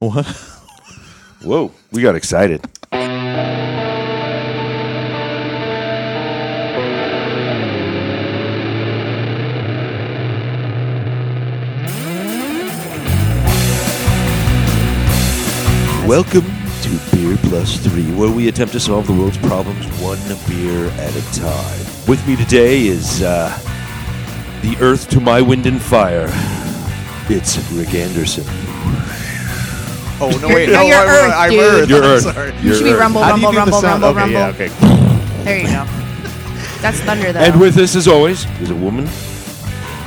What? Whoa, we got excited. Welcome to Beer Plus Three, where we attempt to solve the world's problems one beer at a time. With me today is uh, the Earth to my wind and fire. It's Rick Anderson. Oh no! Wait, No, no, you're I, Earth, I'm dude. Earth. You're I'm Earth. Sorry. You're You should be Earth. rumble, How do you rumble, do the rumble, sound? rumble, okay, rumble. yeah, okay. There you go. That's thunder, though. And with us, as always, is a woman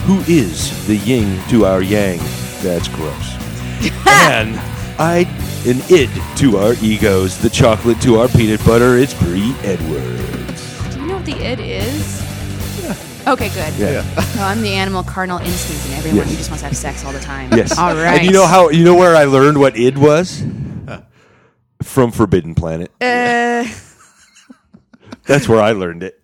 who is the yin to our yang. That's gross. and I, an id to our egos, the chocolate to our peanut butter. It's Bree Edwards. Do you know what the id is? Okay, good. Yeah. No, I'm the animal cardinal instinct in everyone Yes. who just wants to have sex all the time. Yes. All right. And you know how? You know where I learned what id was? From Forbidden Planet. Uh, That's where I learned it.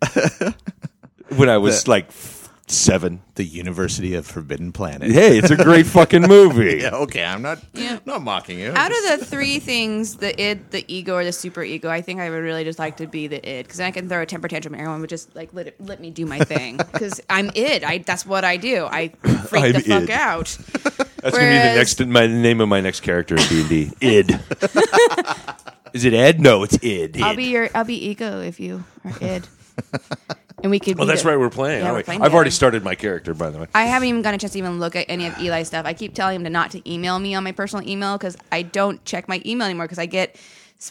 when I was like f- seven. The University of Forbidden Planet. Hey, it's a great fucking movie. Yeah, okay. I'm not. Not mocking you. out of the three things the id the ego or the super ego i think i would really just like to be the id because i can throw a temper tantrum and everyone would just like let, it, let me do my thing because i'm id I, that's what i do i freak I'm the fuck id. out That's gonna be the Whereas- next my the name of my next character in D and D. Id. Is it Ed? No, it's Id. i'll Id. be your i'll be ego if you are id and we could oh, be that's the- right. We're playing. Yeah, aren't we're we? playing I've already together. started my character, by the way. I haven't even gotten a chance to even look at any of Eli's stuff. I keep telling him to not to email me on my personal email because I don't check my email anymore because I get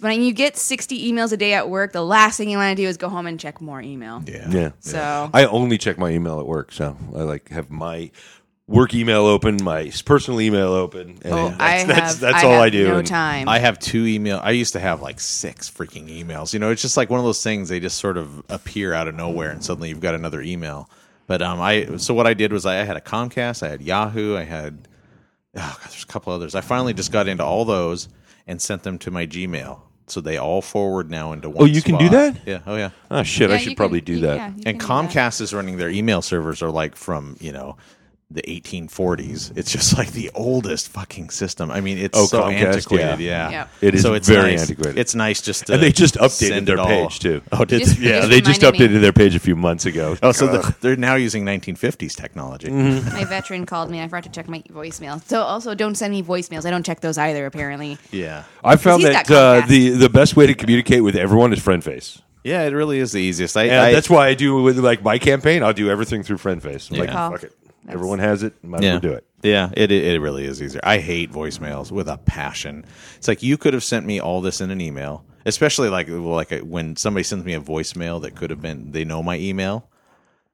when you get sixty emails a day at work, the last thing you want to do is go home and check more email. yeah. yeah. So I only check my email at work, so I like have my work email open, my personal email open. And Oh, that's, I have, that's, that's I all have I do. No and time. I have two email. I used to have like six freaking emails. You know, it's just like one of those things. They just sort of appear out of nowhere, and suddenly you've got another email. But um, I so what I did was I, I had a Comcast, I had Yahoo, I had oh god, there's a couple others. I finally just got into all those and sent them to my Gmail, so they all forward now into one. Oh, you can do spot. that? Yeah. Oh yeah. Oh shit, I Yeah, you should can- probably do you- that. yeah, you and can do that. Comcast is running their email servers are like from you know the 1840s. It's just like the oldest fucking system. I mean, it's Oh, so Comcast, antiquated. yeah. Yeah. Yep. It is so it's very nice. antiquated. It's nice just to And they just updated send their it all. page too. Oh, did Just- they? yeah, just they just updated reminded me. their page a few months ago. Oh, so the, they're now using 1950s technology. Mm-hmm. My veteran called me. I forgot to check my voicemail. So also, don't send me voicemails. I don't check those either. Apparently, Yeah, I found he's that got uh, the the best way to communicate with everyone is friend face. yeah, it really is the easiest. I, Yeah, I- that's why I do with like my campaign. I'll do everything through FriendFace. I'm Yeah. like, Oh, fuck it. Everyone has it. Might as yeah. well do it. Yeah, it, it it really is easier. I hate voicemails with a passion. It's like you could have sent me all this in an email, especially like like uh, when somebody sends me a voicemail that could have been they know my email.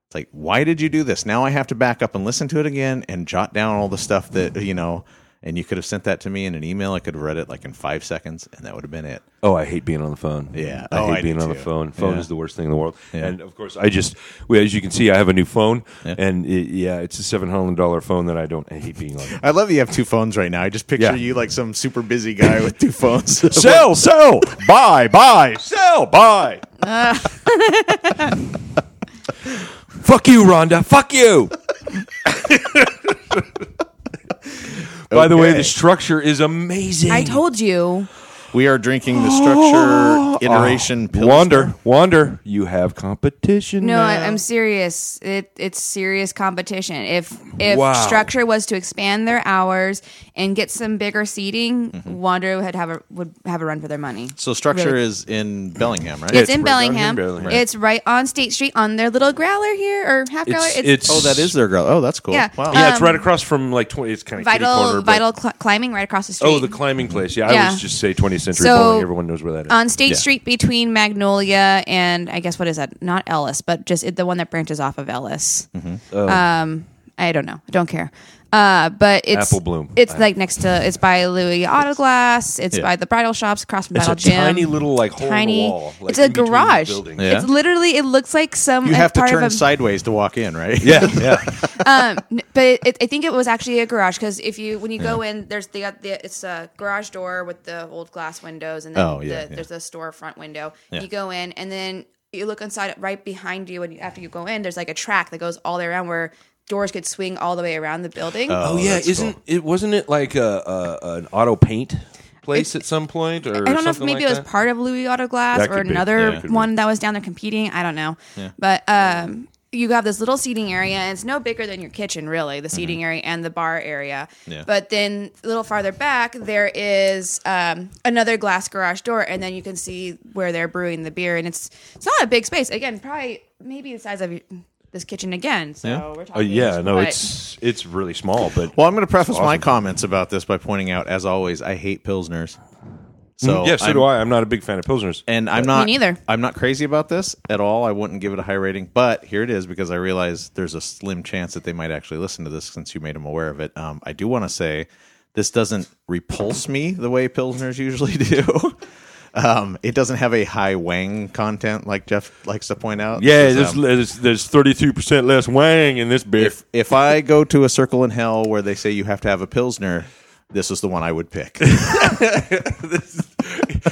It's like, why did you do this? Now I have to back up and listen to it again and jot down all the stuff that you know. And you could have sent that to me in an email. I could have read it like in five seconds, and that would have been it. Oh, I hate being on the phone. Yeah. I Oh, hate I do being on the too. phone. Phone Yeah. is the worst thing in the world. Yeah. And of course, I just, well, as you can see, I have a new phone, Yeah. and it, yeah, it's a seven hundred dollar phone that I don't. I hate being on. I love that you have two phones right now. I just picture Yeah. you like some super busy guy with two phones. sell, sell, buy, buy, sell, buy. Fuck you, Rhonda. Fuck you. By the way, Okay. the structure is amazing. I told you. We are drinking the structure iteration. Oh, Pilsner. Wander, Wander, you have competition. No, I, now. I'm serious. It it's serious competition. If if Wow. structure was to expand their hours and get some bigger seating, Mm-hmm. Wander would have a would have a run for their money. So structure Really. is in Bellingham, right? It's, It's in right down here in Bellingham. Bellingham. It's right on State Street on their little growler here or half growler. it's, It's, it's, oh, that is their girl. Oh, that's cool. Yeah. Wow. Uh, yeah, it's um, right across from like twenty. It's kind of vital corner, but- vital cl- climbing right across the street. oh, the climbing place. Yeah, I Yeah. always just say 20th century So, bowling. Everyone knows where that is. on State Yeah. Street between Magnolia and I guess what is that? Not Ellis, but just it, the one that branches off of Ellis. Mm-hmm. Um, I don't know. I don't care. Uh, but it's Oh. Apple Bloom. It's I- like next to it's by Louis Auto Glass. It's Yeah. by the bridal shops across from it's Battle a Gym. tiny little like hole Tiny- in the wall. like, it's a in between the garage. buildings. Yeah. It's literally it looks like some You a have to part of turn a- sideways to walk in, right? Yeah, yeah. um, n- but it, it, I think it was actually a garage because if you when you go in, there's the, uh, the it's a garage door with the old glass windows, and then Oh, yeah, the, yeah. there's a storefront window. Yeah. You go in, and then you look inside right behind you, and after you go in, there's like a track that goes all the way around where doors could swing all the way around the building. Oh, yeah, that's isn't it? Wasn't it like a, a an auto paint place at some point, or I don't know if something maybe like it was that? part of Louis Auto Glass That or could be, another yeah. Could be. one that was down there competing. I don't know. But um, you have this little seating area, and it's no bigger than your kitchen, really, the seating area and the bar area. Mm-hmm. Yeah. But then a little farther back, there is um, another glass garage door, and then you can see where they're brewing the beer. And it's it's not a big space. Again, probably maybe the size of your- this kitchen again. So Yeah. we're talking. Uh, Oh yeah, no, but- it's it's really small, but Well, I'm going to preface my awesome. comments about this by pointing out, as always, I hate pilsners. Mm, So yeah, so I'm- do I. I'm not a big fan of pilsners. And I'm not neither. I'm not crazy about this at all. I wouldn't give it a high rating, but here it is because I realize there's a slim chance that they might actually listen to this since you made them aware of it. Um, I do want to say this doesn't repulse me the way pilsners usually do. um, it doesn't have a high wang content like Jeff likes to point out. Yeah, It's, there's um, there's there's 32 percent less wang in this beer. if if I go to a circle in hell where they say you have to have a pilsner, this is the one I would pick.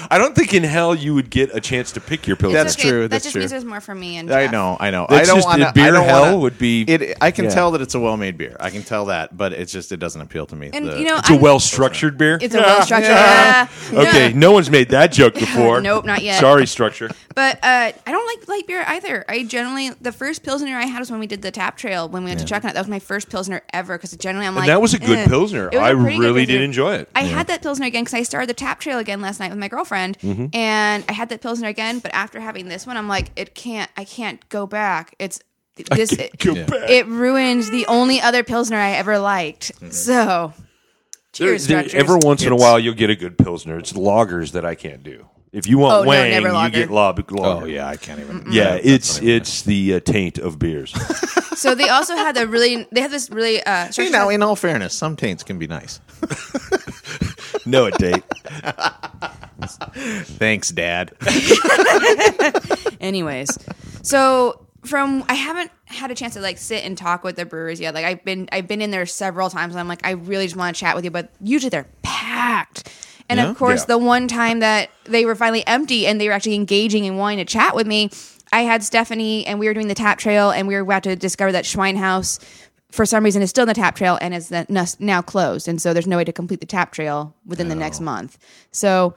I don't think in hell you would get a chance to pick your pilsner. That's okay. true, That that's just true. means there's more for me and I Jeff. know, I know. That's I don't just- want the beer I don't hell wanna, would be- It, I can yeah. tell that it's a well-made beer. I can tell that, but it's just it doesn't appeal to me. And The- you know, It's a I'm- well structured beer. It's a well structured. Okay, no one's made that joke before. Nope, not yet. Sorry, structure. But uh, I don't like light beer either. I generally the first pilsner I had was when we did the tap trail when we went to Chuck Nut. That was my first pilsner ever because generally I'm like that was a good "Eh." Pilsner. It was I a pretty good really Pilsner. did enjoy it. I had that pilsner again because I started the tap trail again last night with my girlfriend, Mm-hmm. and I had that pilsner again. But after having this one, I'm like, it can't. I can't go back. It's this. It, Go back. it ruins the only other pilsner I ever liked. So, Mm-hmm. There- cheers, there- Structures. every once in a It's- while, you'll get a good Pilsner. It's lagers that I can't do. If you want Oh, no, wang, never you lager. get lob- lager. oh yeah, I can't even. Yeah, that's it's not even- it's the uh, taint of beers. so they also had a really. They had this really. Uh, You know, in all fairness, some taints can be nice. no, it date. Thanks, Dad. Anyways, so from I haven't had a chance to like sit and talk with the brewers yet. Like I've been I've been in there several times and I'm like I really just want to chat with you, but usually they're packed. And Yeah? of course, Yeah. the one time that they were finally empty and they were actually engaging and wanting to chat with me, I had Stephanie and we were doing the tap trail and we were about to discover that Schweinhaus for some reason is still in the tap trail and is then- now closed. And so there's no way to complete the tap trail within the next month. So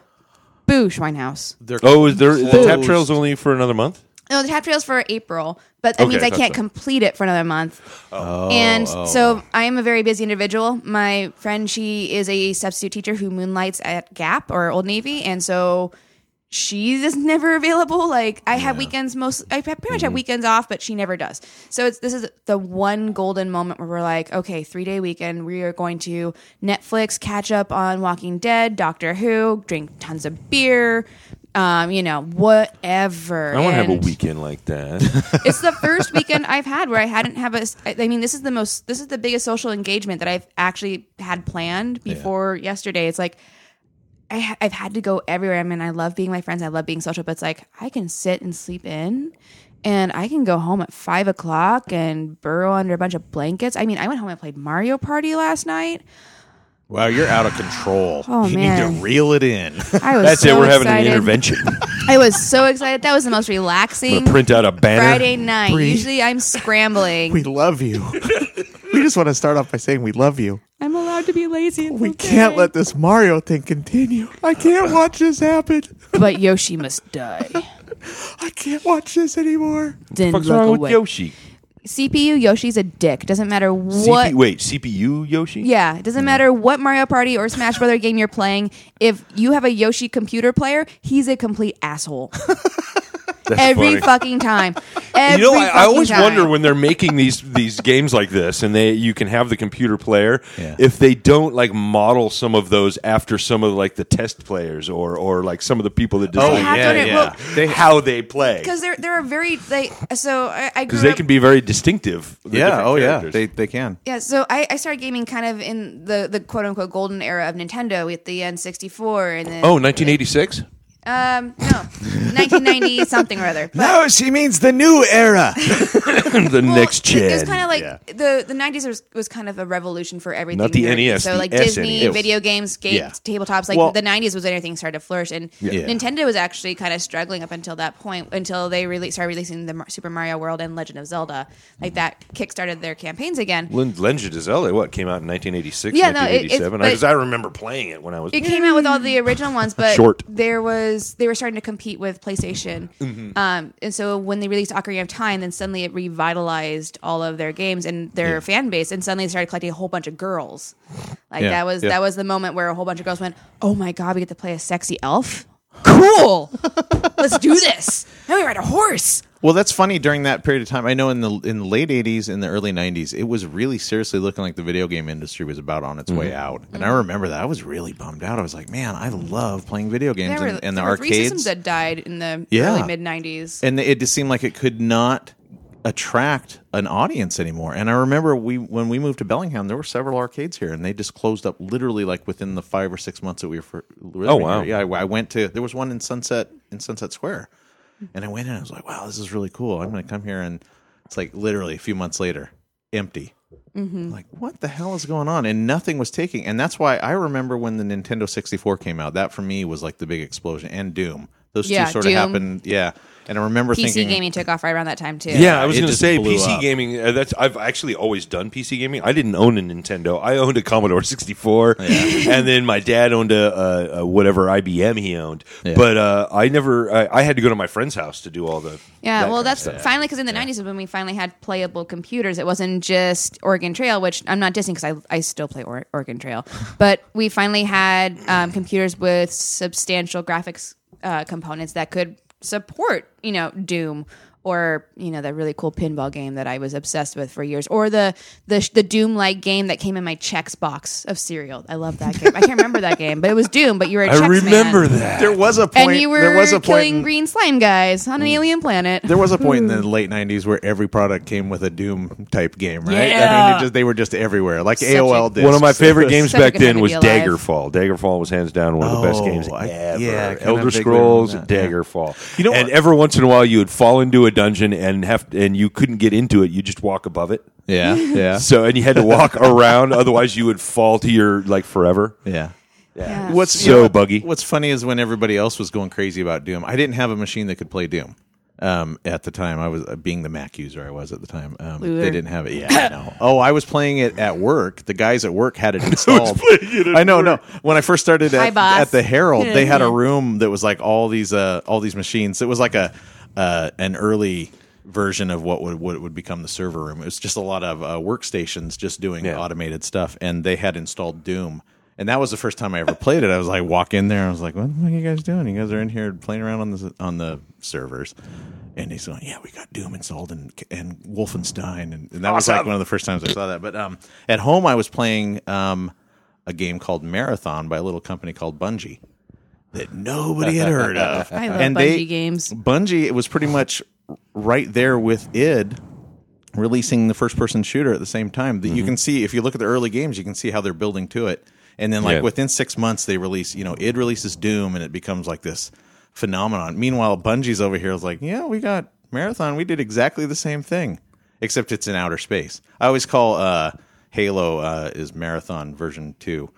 boo Schweinhaus. Oh, is there the tap Closed. trail's only for another month? No, Oh, the tap trail's for April, but that Okay, Oh. means I I thought can't so. complete it for another month. and so I am a very busy individual. My friend, she is a substitute teacher who moonlights at Gap or Old Navy, and so she's just never available. Like I have weekends most, I pretty much Mm-hmm. have weekends off, but she never does. So it's this is the one golden moment where we're like, okay, three day weekend, we are going to Netflix, catch up on Walking Dead, Doctor Who, drink tons of beer. Um, you know, whatever. I want to have a And- weekend like that. it's the first weekend I've had where I hadn't have a. I mean, this is the most. This is the biggest social engagement that I've actually had planned before yesterday. It's like I, ha- I've had to go everywhere. I mean, I love being my friends. I love being social, but it's like I can sit and sleep in, and I can go home at five o'clock and burrow under a bunch of blankets. I mean, I went home and played Mario Party last night. Wow, you're out of control. Oh, you need man. to reel it in. I was. That's so it. We're having excited. an intervention. I was so excited. That was the most I'm relaxing gonna print out a banner. Friday night. Breathe. Usually, I'm scrambling. we love you. we just want to start off by saying we love you. I'm allowed to be lazy. It's We okay. can't let this Mario thing continue. I can't watch this happen. but Yoshi must die. I can't watch this anymore. Then What's look wrong with away. Yoshi? CPU Yoshi's a dick. Doesn't matter what. CP, wait, CPU Yoshi? yeah, it doesn't matter what Mario Party or Smash Brother game you're playing. If you have a Yoshi computer player, he's a complete asshole That's every funny. fucking time. Every you know, I, I fucking always time. wonder when they're making these these games like this, and they you can have the computer player. Yeah. If they don't like model some of those after some of like the test players or or like some of the people that Oh design have to yeah, do it. yeah. Well- they, how they play because there there are very like so I, I grew because they up- can be very distinctive. the yeah. different Oh yeah. characters. They they can. Yeah, so I, I started gaming kind of in the, the quote unquote golden era of Nintendo with the N64 and then oh, 1986. Um, no, 1990 something or other. But No, she means the new era. the well, next It was gen. kind of like Yeah. the the 90s was, was kind of a revolution for everything. Not the nerdy. NES, So the like Disney, SNES. video games, games, Yeah. tabletops. Like Well- the 90s was when everything started to flourish, and Yeah. Nintendo was actually kind of struggling up until that point until they really started releasing the Mar- Super Mario World and Legend of Zelda. Like that kickstarted their campaigns again. Len- Legend of Zelda, what came out in 1986, Yeah, no, it- it's- 1987? but- Because I remember playing it when I was. It came out with all the Mm. original ones, but Short. there was they were starting to compete with PlayStation, Mm-hmm. um, and so when they released Ocarina of Time, then suddenly it revitalized all of their games and their fan base, and suddenly they started collecting a whole bunch of girls. Like Yeah, that was yeah. that was the moment where a whole bunch of girls went, "Oh my god, we get to play a sexy elf! Cool, let's do this!" And we ride a horse. Well, that's funny. During that period of time, I know in the in the late '80s, in the early '90s, it was really seriously looking like the video game industry was about on its Mm-hmm. way out. And I remember that I was really bummed out. I was like, "Man, I love playing video games There and, were- and the there were three systems arcades." that died in the Yeah. early mid '90s. and it just seemed like it could not attract an audience anymore. And I remember we when we moved to Bellingham, there were several arcades here, and they just closed up literally like within the five or six months that we were. For, living Oh, wow. Here. Yeah, I, I went to there was one in Sunset in Sunset Square, and I went in. and I was like, wow, this is really cool. I'm going to come here, and it's like literally a few months later, empty. Like, what the hell is going on? And nothing was taking. And that's why I remember when the Nintendo 64 came out. That for me was like the big explosion and Doom. Those Yeah, two sort Doom. of happened. Yeah. And I remember PC thinking, gaming took off right around that time too. Yeah, I was it going to just say blew PC up. gaming. Uh, that's I've actually always done PC gaming. I didn't own a Nintendo. I owned a Commodore 64, and then my dad owned a, a, a whatever IBM he owned. Yeah. But uh, I never. I, I had to go to my friend's house to do all the. Yeah, that well, kind of that's stuff. finally because in the '90s is when we finally had playable computers. It wasn't just Oregon Trail, which I'm not dissing because I, I still play or- Oregon Trail, but we finally had um, computers with substantial graphics uh, components that could support, you know, Doom or you know that really cool pinball game that I was obsessed with for years, or the the the Doom like game that came in my checks box of cereal. I love that game. I can't remember that game, but it was Doom. But you were a I Chex remember man. that. there was a point. And you were there was a point. killing in- Mm. green Hmm. slime guys on an alien planet. there was a point in the late '90s where every product came with a Doom type game, right? I mean, it Yeah. just, they were just everywhere, like a- AOL. Discs. One of my favorite games Such a back good time then to was be alive. Daggerfall. Daggerfall was hands down one of the best Oh, games I- ever. yeah, I kinda Elder vaguely Scrolls, remember that, yeah. Daggerfall. You know and what- every once in a while you would fall into a dungeon and have and you couldn't get into it. You just walk above it. Yeah, yeah, So and you had to walk around, otherwise you would fall to your like forever. yeah. Yeah. What's So what- buggy. What's funny is when everybody else was going crazy about Doom, I didn't have a machine that could play Doom. Um, at the time, I was uh, being the Mac user I was at the time. Um, they didn't have it. Yeah, I know. Oh, I was playing it at work. The guys at work had it installed. I know. No, when I first started Hi, at, boss. at the Herald, they had a room that was like all these uh, all these machines. It was like a uh, an early version of what would what would become the server room. It was just a lot of uh, workstations just doing Yeah. automated stuff, and they had installed Doom. And that was the first time I ever played it. I was like, walk in there. I was like, what the fuck are you guys doing? You guys are in here playing around on the on the servers. And he's going, yeah, we got Doom installed and and Wolfenstein, and, and that was like one of the first times I saw that. But um, at home, I was playing um, a game called Marathon by a little company called Bungie that nobody had heard of. I love and Bungie they, games. Bungie, it was pretty much right there with id releasing the first person shooter at the same time. That Mm-hmm. you can see if you look at the early games, you can see how they're building to it. And then like Yeah. within six months they release, you know, id releases Doom and it becomes like this phenomenon. Meanwhile, Bungie's over here is like, Yeah, we got Marathon, we did exactly the same thing. Except it's in outer space. I always call uh Halo uh is Marathon version two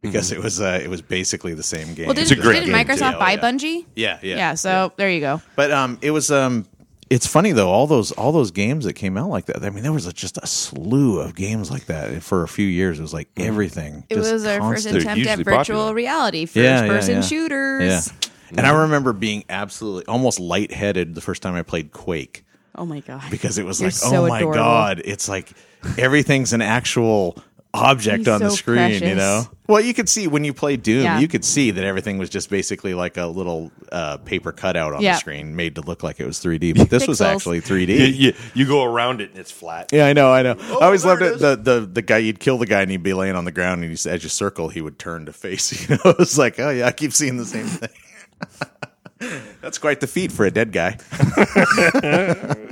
because it was uh, it was basically the same game. Well, Mm-hmm. It's a didn't, great didn't game, too. Microsoft buy Yeah. Bungie? yeah, yeah. Yeah, so there you go. But um, it was um, it's funny though. All those all those games that came out like that. I mean, there was a, just a slew of games like that for a few years. It was like everything. Mm-hmm. It just was our constant. first They're attempt at hugely virtual popular. reality, first Yeah, yeah, person yeah. shooters. Yeah. And Mm-hmm. I remember being absolutely almost lightheaded the first time I played Quake Oh my god! because it was You're like, so oh my adorable. god, it's like everything's an actual object He's on the so screen, you precious. know. Well, you could see when you play Doom, Yeah. you could see that everything was just basically like a little uh, paper cutout on Yeah. the screen, made to look like it was 3D. But this was Pixels. actually 3D. You, you, you go around it and it's flat. Yeah, I know, I know. I always Oh, there loved it it. The, the the guy you'd kill the guy and he'd be laying on the ground and he's as you circle he would turn to face. You know, it's like oh yeah, I keep seeing the same thing. That's That's quite the feat for a dead guy.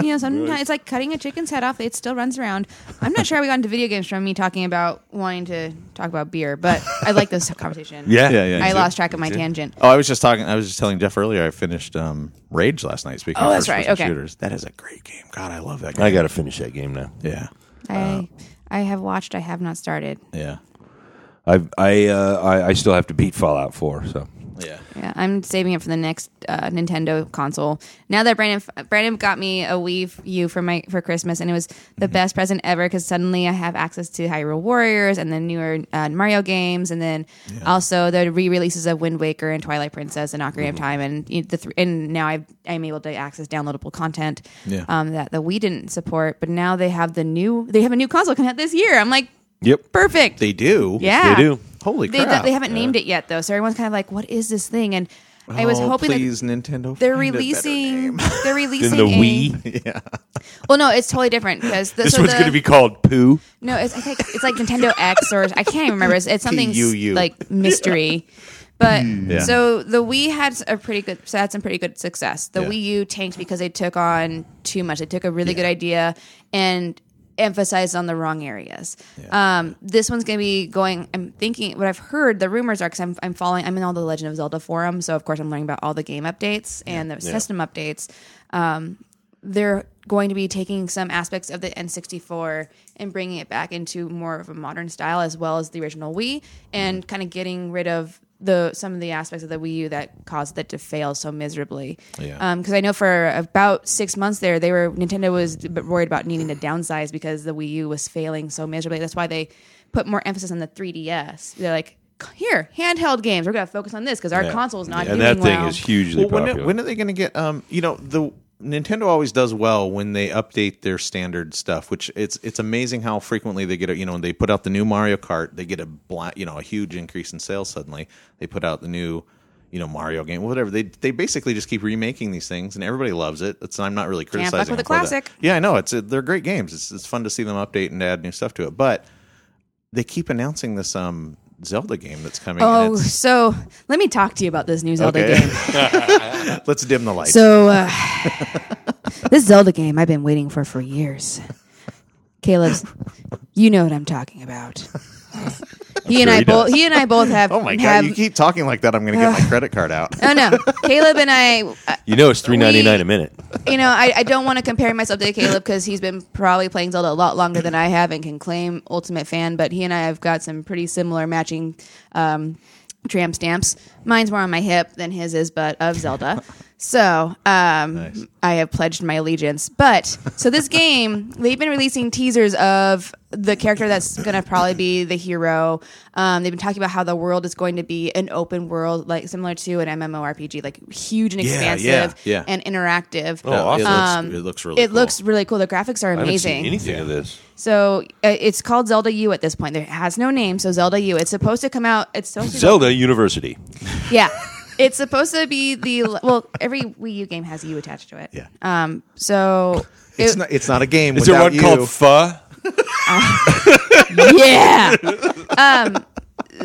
You know, sometimes it's like cutting a chicken's head off; it still runs around. I'm not sure how we got into video games from me talking about wanting to talk about beer, but I like this conversation. Yeah. Yeah, yeah. I you lost see? track of my tangent. Oh, I was just talking. I was just telling Jeff earlier. I finished um, Rage last night. Speaking. Oh, of that's first-person right, okay. Shooters. That is a great game. God, I love that game. I got to finish that game now. yeah, I I have watched. I have not started. yeah, I I, uh, I I still have to beat Fallout 4. So yeah. Yeah, I'm saving it for the next uh, Nintendo console. Now that Brandon Brandon got me a Wii U for my for Christmas, and it was the best present ever because suddenly I have access to Hyrule Warriors and the newer uh, Mario games, and then also the re-releases of Wind Waker and Twilight Princess and Ocarina of Time, and you know, the th- and now I I'm able to access downloadable content Yeah. um, that the Wii didn't support, but now they have the new they have a new console coming out this year. I'm like, Yep. perfect. They do. yeah, they do. Holy They, crap! they haven't named it yet though, so everyone's kind of like, what is this thing? And I was Oh, hoping that please, Nintendo. they're find a better releasing. name. They're releasing in the a- Wii, Well, no, it's totally different because this one's going to be called Poo. no. It's I think it's like Nintendo X or I can't even remember. It's, it's something s- PUU. like mystery. But so the Wii had a pretty good, so had some pretty good success. The Yeah. Wii U tanked because they took on too much. They took a really good idea and emphasized on the wrong areas. Um, this one's going to be going. I'm thinking what I've heard. The rumors are because I'm, I'm following. I'm in all the Legend of Zelda forum, so of course I'm learning about all the game updates and the system updates they're going to be taking some aspects of the N64 and bringing it back into more of a modern style as well as the original Wii Mm-hmm. and kind of getting rid of the some of the aspects of the Wii U that caused it to fail so miserably. Yeah. Because I know for about six months there, they were Nintendo was a bit worried about needing to downsize because the Wii U was failing so miserably. That's why they put more emphasis on the 3DS. They're like, here, handheld games. We're going to focus on this because our console is not And doing that thing well. is hugely well, when, popular. are- when are they going to get? Um, you know, the Nintendo always does well when they update their standard stuff, which it's it's amazing how frequently they get. A, you know, when they put out the new Mario Kart, they get a bla you know a huge increase in sales. Suddenly, they put out the new. You know Mario game, whatever they they basically just keep remaking these things, and everybody loves it. It's, I'm not really fuck criticizing. with them the for that. classic. Yeah, I know it's they're great games. It's it's fun to see them update and add new stuff to it. But they keep announcing this um Zelda game that's coming. and Oh, it's- so let me talk to you about this new Zelda Okay. game. let's dim the lights. So, uh, this Zelda game I've been waiting for for years. Caleb's, you know what I'm talking about. He and I both. He and I both have. Oh my have- god! You keep talking like that. I'm going to get my credit card out. oh no, Caleb and I. uh, you know it's three ninety nine a minute. You know, I, I don't want to compare myself to Caleb because he's been probably playing Zelda a lot longer than I have and can claim ultimate fan. But he and I have got some pretty similar matching um, tram stamps. Mine's more on my hip than his is, but of Zelda. So um, I have pledged my allegiance. But so this game, they've been releasing teasers of the character that's going to probably be the hero. Um, they've been talking about how the world is going to be an open world, like similar to an MMORPG, like huge and expansive yeah. and interactive. Um, Oh, awesome. It looks, it looks really. it cool. looks really cool. The graphics are I haven't seen amazing. anything of this. So uh, it's called Zelda U at this point. There has no name, so Zelda U. It's supposed to come out. It's supposed to Zelda University. yeah. It's supposed to be the well. Every Wii U game has U attached to it. Yeah. Um. So. It's it- not. It's not a game. Is there without one you. called Pho? yeah. um.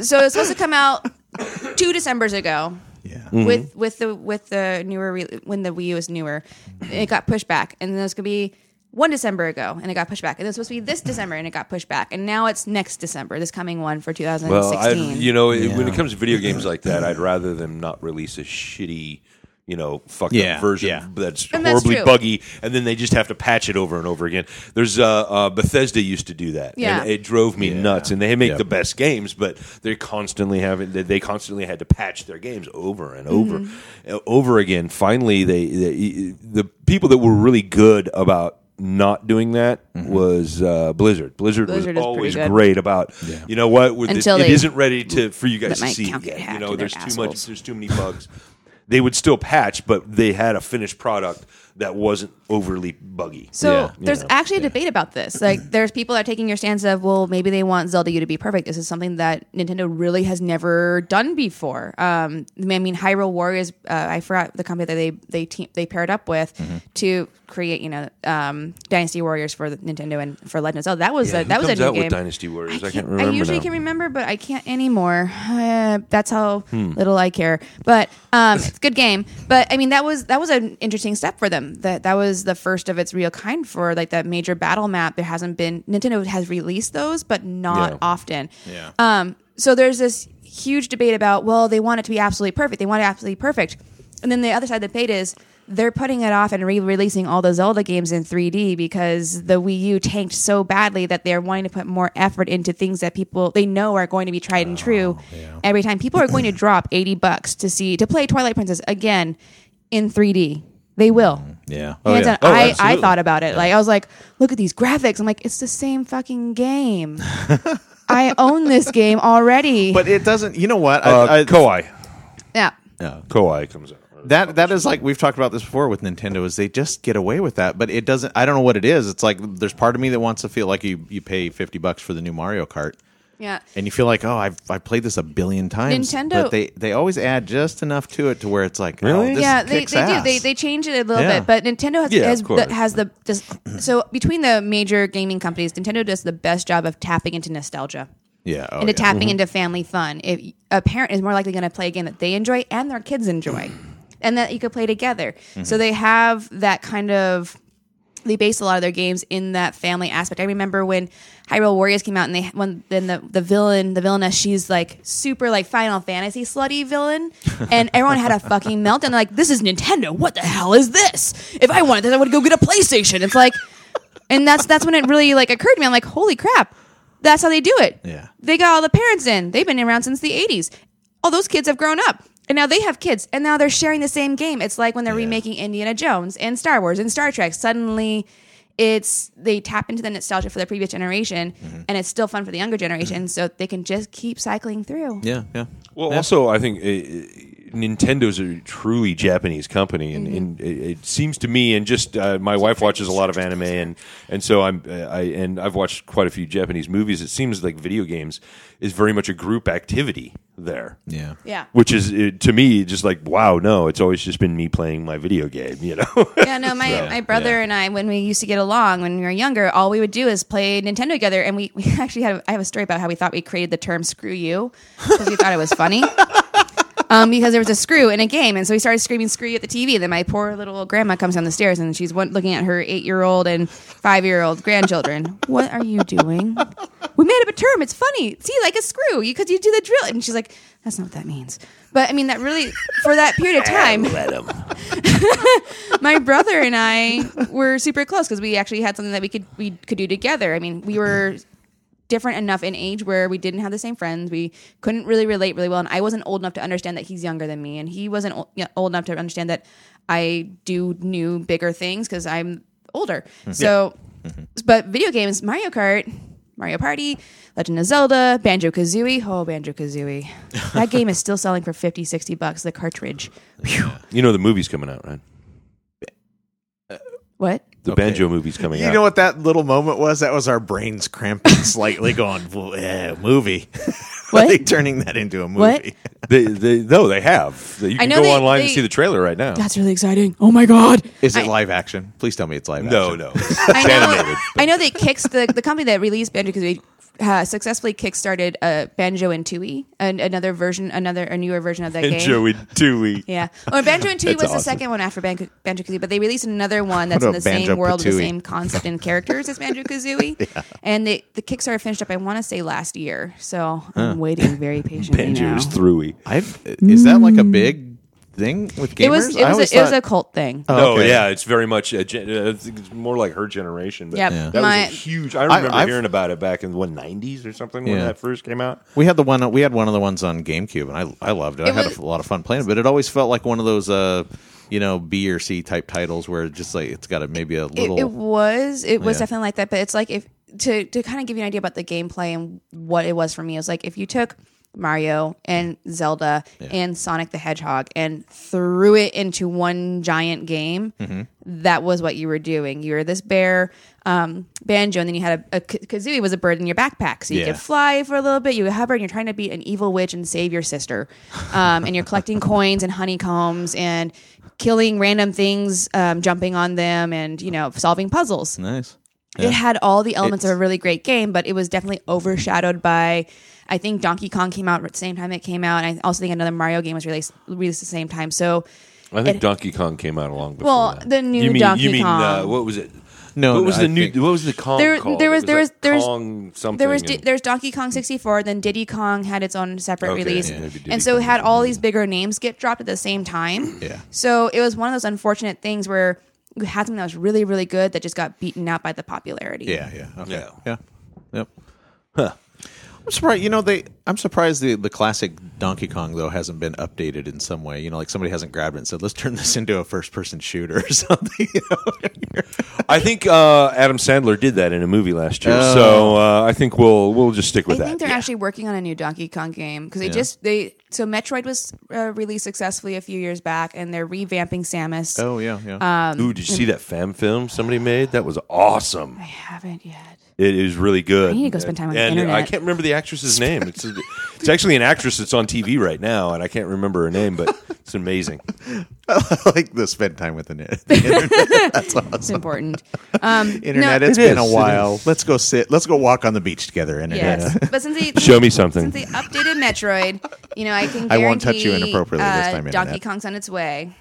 So it's supposed to come out two December's ago. Yeah. Mm-hmm. with with the with the newer re- when the Wii U was newer, it got pushed back, and then it was gonna be one December ago, and it got pushed back, and it was supposed to be this December, and it got pushed back, and now it's next December, this coming one for 2016. Well, I, you know, it- when it comes to video games like that, I'd rather them not release a shitty, you know, fucked Yeah, up version yeah. that's And that's horribly true. buggy, and then they just have to patch it over and over again. There's uh, uh, Bethesda used to do that, Yeah. and it drove me nuts. And they make Yep. the best games, but they're constantly having they, they constantly had to patch their games over and over, Mm-hmm. uh, over again. Finally, they, they the people that were really good about. Not doing that Mm-hmm. was uh, Blizzard. Blizzard, Blizzard is was pretty always good. great about you know what with Until it they- isn't ready to for you guys that to might see count get yet. You hacked know, and there's they're too much. assholes. There's too many bugs. they would still patch, but they had a finished product that wasn't overly buggy. So Yeah, there's yeah, actually a debate about this. Like, there's people that are taking your stance of, well, maybe they want Zelda U to be perfect. This is something that Nintendo really has never done before. Um, I mean, Hyrule Warriors. Uh, I forgot the company that they they te- they paired up with Mm-hmm. to create, you know, um, Dynasty Warriors for the Nintendo and for Legend of Zelda. That was a, who that was comes a new out with game. Dynasty Warriors? I can't can't- remember usually now. Hmm. can remember, but I can't anymore. Uh, that's how little I care. But um, it's a good game. But I mean, that was that was an interesting step for them. That that was the first of its real kind for like that major battle map. There hasn't been Nintendo has released those, but not Yeah. often. Yeah. Um. So there's this huge debate about well, they want it to be absolutely perfect. They want it absolutely perfect. And then the other side of the debate is they're putting it off and re-releasing all the Zelda games in 3D because the Wii U tanked so badly that they're wanting to put more effort into things that people they know are going to be tried and true every time. People are going to drop 80 bucks to see to play Twilight Princess again in 3D. They will. Yeah. Hands Oh, yeah. down. I, I absolutely. thought about it. Like I was like, look at these graphics. I'm like, it's the same fucking game. I own this game already. But it doesn't. You know what? Uh, I, I, Koei. yeah. Yeah. Koei comes out. that that is like we've talked about this before with Nintendo is they just get away with that, but it doesn't. I don't know what it is. It's like there's part of me that wants to feel like you you pay fifty bucks for the new Mario Kart. Yeah. And you feel like, oh, I've, I've played this a billion times. Nintendo- but they, they always add just enough to it to where it's like, Really? oh, this yeah, they, kicks they do. ass. They, they change it a little Yeah. bit, but Nintendo has Yeah, of has, the, course. has the does, so between the major gaming companies, Nintendo does the best job of tapping into nostalgia. yeah, oh, into yeah. tapping into family fun. If a parent is more likely going to play a game that they enjoy and their kids enjoy, and that you could play together. Mm-hmm. So they have that kind of. They base a lot of their games in that family aspect. I remember when Hyrule Warriors came out, and they when then the, the villain, the villainess, she's like super like Final Fantasy slutty villain, and everyone had a fucking meltdown. They're like, "This is Nintendo. What the hell is this? If I wanted this, I would go get a PlayStation." It's like, and that's that's when it really like occurred to me. I'm like, "Holy crap, that's how they do it." Yeah. They got all the parents in. They've been around since the 80s. All those kids have grown up. And now they have kids. And now they're sharing the same game. It's like when they're remaking Indiana Jones and Star Wars and Star Trek. Suddenly it's they tap into the nostalgia for the previous generation and it's still fun for the younger generation. So they can just keep cycling through. Yeah, yeah. Well, also, I think uh, uh, Nintendo's a truly Japanese company, and, Mm-hmm. and it, it seems to me, and just uh, my wife watches a lot of anime, and and so I'm, uh, I and I've watched quite a few Japanese movies. It seems like video games is very much a group activity there. Yeah. Yeah. Which is uh, to me just like wow no it's always just been me playing my video game you know Yeah, no, my, Yeah. my brother Yeah. and I, when we used to get along when we were younger, all we would do is play Nintendo together. And we, we actually had, I have a story about how we thought we created the term screw you because we thought it was funny. Um, because there was a screw in a game, and so we started screaming "screw you" at the TV. And then my poor little grandma comes down the stairs, and she's one, looking at her eight-year-old and five-year-old grandchildren. what are you doing? We made up a term. It's funny. See, like a screw, because you do the drill. And she's like, "That's not what that means." But I mean, that really for that period of time my brother and I were super close because we actually had something that we could we could do together. I mean, we were different enough in age where we didn't have the same friends. We couldn't really relate really well, and I wasn't old enough to understand that he's younger than me, and he wasn't old, yeah, old enough to understand that I do new bigger things because I'm older. So, but video games, Mario Kart. Mario Party, Legend of Zelda, Banjo Kazooie. Oh, Banjo Kazooie. That game is still selling for 50, 60 bucks, the cartridge. you know the movie's coming out right What? the banjo movie's coming You out know what that little moment was? That was our brains cramping slightly, going, well, eh, movie. What? like turning that into a movie. What? they, they no they have you can know go they- online and they- see the trailer right now That's really exciting. Oh my God. Is it I- live action? Please tell me it's live no action. no I know, animated. I know they kicks the, the company that released Banjo Kazooie uh, successfully kickstarted uh, Banjo and Tooie, and another version, another a newer version of that game. Banjo and Tooie Yeah, or Banjo and Tooie was the awesome. second one after Banjo Kazooie, but they released another one that's in about the same Banjo world, with the Patooie? same concept and characters as Banjo Kazooie, and they, the Kickstarter finished up. I want to say last year, so I'm waiting very patiently now. Banjo's Thruie I've, is that like a big thing with gamers? Mm. It was it I was, always a, it was thought- a cult thing. No, Okay. yeah, it's very much. A gen- uh, I think it's more like her generation. But Yep. Yeah. that was My- a huge. I remember I've- hearing about it back in the what nineties or something when Yeah. that first came out. We had the one. We had one of the ones on GameCube, and I I loved it. I It had a was- f- lot of fun playing it, but it always felt like one of those, uh, you know, B or C type titles where it's just like it's got a, maybe a it, little. it was it was Yeah. definitely like that but it's like if to to kind of give you an idea about the gameplay and what it was for me it was like if you took mario and zelda and sonic the hedgehog and threw it into one giant game Mm-hmm. that was what you were doing you were this bear um, banjo and then you had a, a k- kazooie was a bird in your backpack so you Yeah. could fly for a little bit you would hover and you're trying to beat an evil witch and save your sister um, and you're collecting coins and honeycombs and killing random things, um, jumping on them, and you know, solving puzzles. nice. It had all the elements It's- of a really great game, but it was definitely overshadowed by I think Donkey Kong came out at the same time it came out. And I also think another Mario game was released released at the same time. So I think It- Donkey Kong came out along before Well, that. the new you mean, Donkey you mean, Uh, Kong. what was it? No, what no, was I the new? think- What was the Kong There- called? there It was- there was- like there was- Kong something. there was and- Di- there's Donkey Kong 64, then Diddy Kong had its own separate Okay, release, yeah, maybe Diddy and so Kong it had was all these bigger names get dropped at the same time. Yeah. So it was one of those unfortunate things where you had something that was really, really good that just got beaten out by the popularity. Yeah, yeah, okay. Yeah. yeah, yep. I'm surprised. You know, they. I'm surprised the the classic Donkey Kong though hasn't been updated in some way. You know, like somebody hasn't grabbed it and said, "Let's turn this into a first person shooter" or something. You know? I think uh, Adam Sandler did that in a movie last year, Oh. so uh, I think we'll we'll just stick I with that. think they're Yeah. actually working on a new Donkey Kong game because they just they so Metroid was uh, released successfully a few years back, and they're revamping Samus. oh yeah, yeah. Ooh, did you Mm. see that fam film somebody made? That was awesome. I haven't yet. It is really good. I need to go spend time on the and uh, internet. I can't remember the actress's name. It's it's actually an actress that's on TV right now, and I can't remember her name, but it's amazing. Uh, I like the spend time with the net. The internet, It's important. internet No, it's it been is, a it while. Let's go sit. Let's go walk on the beach together. uh, Internet. Yes, but since they Show me something. since they updated Metroid, you know I can. Guarantee, I won't touch you inappropriately this uh, time, Mm-hmm. Internet. Donkey Kong's on its way.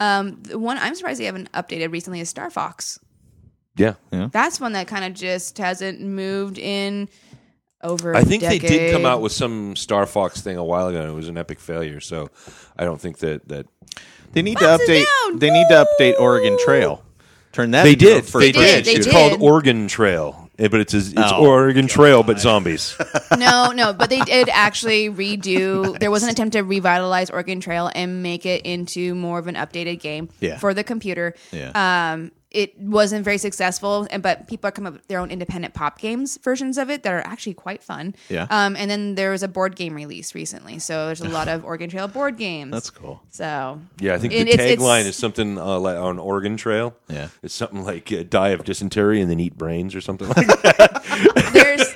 Um, the one I'm surprised they haven't updated recently is Star Fox. Yeah. That's one that kind of just hasn't moved in over. I think a they did come decade. out with some Star Fox thing a while ago, and it was an epic failure. So I don't think that that They need Bounce to it update. down. They need to update Woo! Oregon Trail. Turn that. they into a did. first They person did. They It's did. shooter. called Oregon Trail, Eh, but it's it's Oh, Oregon Trail, but zombies. No, no, but they did actually redo. There was an attempt to revitalize Oregon Trail and make it into more of an updated game Yeah. for the computer. Yeah. Um, it wasn't very successful, and but people are coming up with their own independent pop games versions of it that are actually quite fun. Yeah. Um, and then there was a board game release recently, so there's a lot of Oregon Trail board games. That's cool. So Yeah, I think And the it's- it's- tagline is something uh, like on Oregon Trail. Yeah. it's something like uh, "die of dysentery and then eat brains" or something like that. there's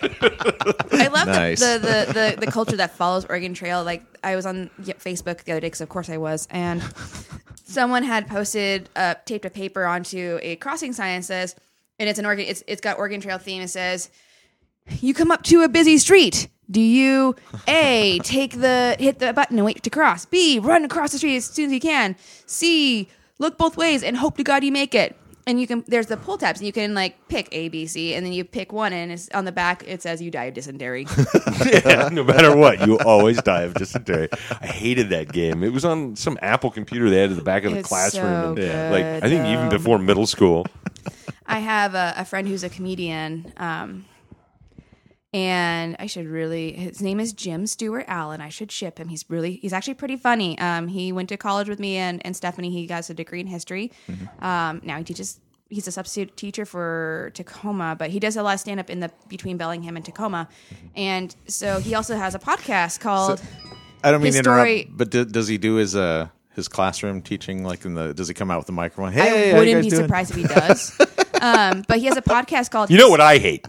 I love Nice. the, the, the, the, the culture that follows Oregon Trail. Like I was on y- Facebook the other day because of course I was, and someone had posted uh, taped a paper onto a crossing sign and says, and it's an Oregon, it's it's got Oregon Trail theme. It says, you come up to a busy street. Do you a take the hit the button and wait to cross? B run across the street as soon as you can. C look both ways and hope to God you make it. And you can there's the pull tabs and you can like pick A B C and then you pick one and it's on the back it says you die of dysentery. Yeah, no matter what, you always die of dysentery. I hated that game. It was on some Apple computer they had at the back of the It's classroom. so and, good, like I think even before middle school. I have a, a friend who's a comedian, um, and I should really. His name is Jim Stewart Allen. I should ship him. He's really. He's actually pretty funny. Um, he went to college with me and, and Stephanie. He got a degree in history. Mm-hmm. Um, now he teaches. He's a substitute teacher for Tacoma, but he does a lot of stand up in the between Bellingham and Tacoma, Mm-hmm. and so he also has a podcast called. I don't mean His to interrupt, story- but do, does he do his uh his classroom teaching like in the? Does he come out with a microphone? I Hey, how you wouldn't guys be doing?" surprised if he does. um, but he has a podcast called You know what I hate?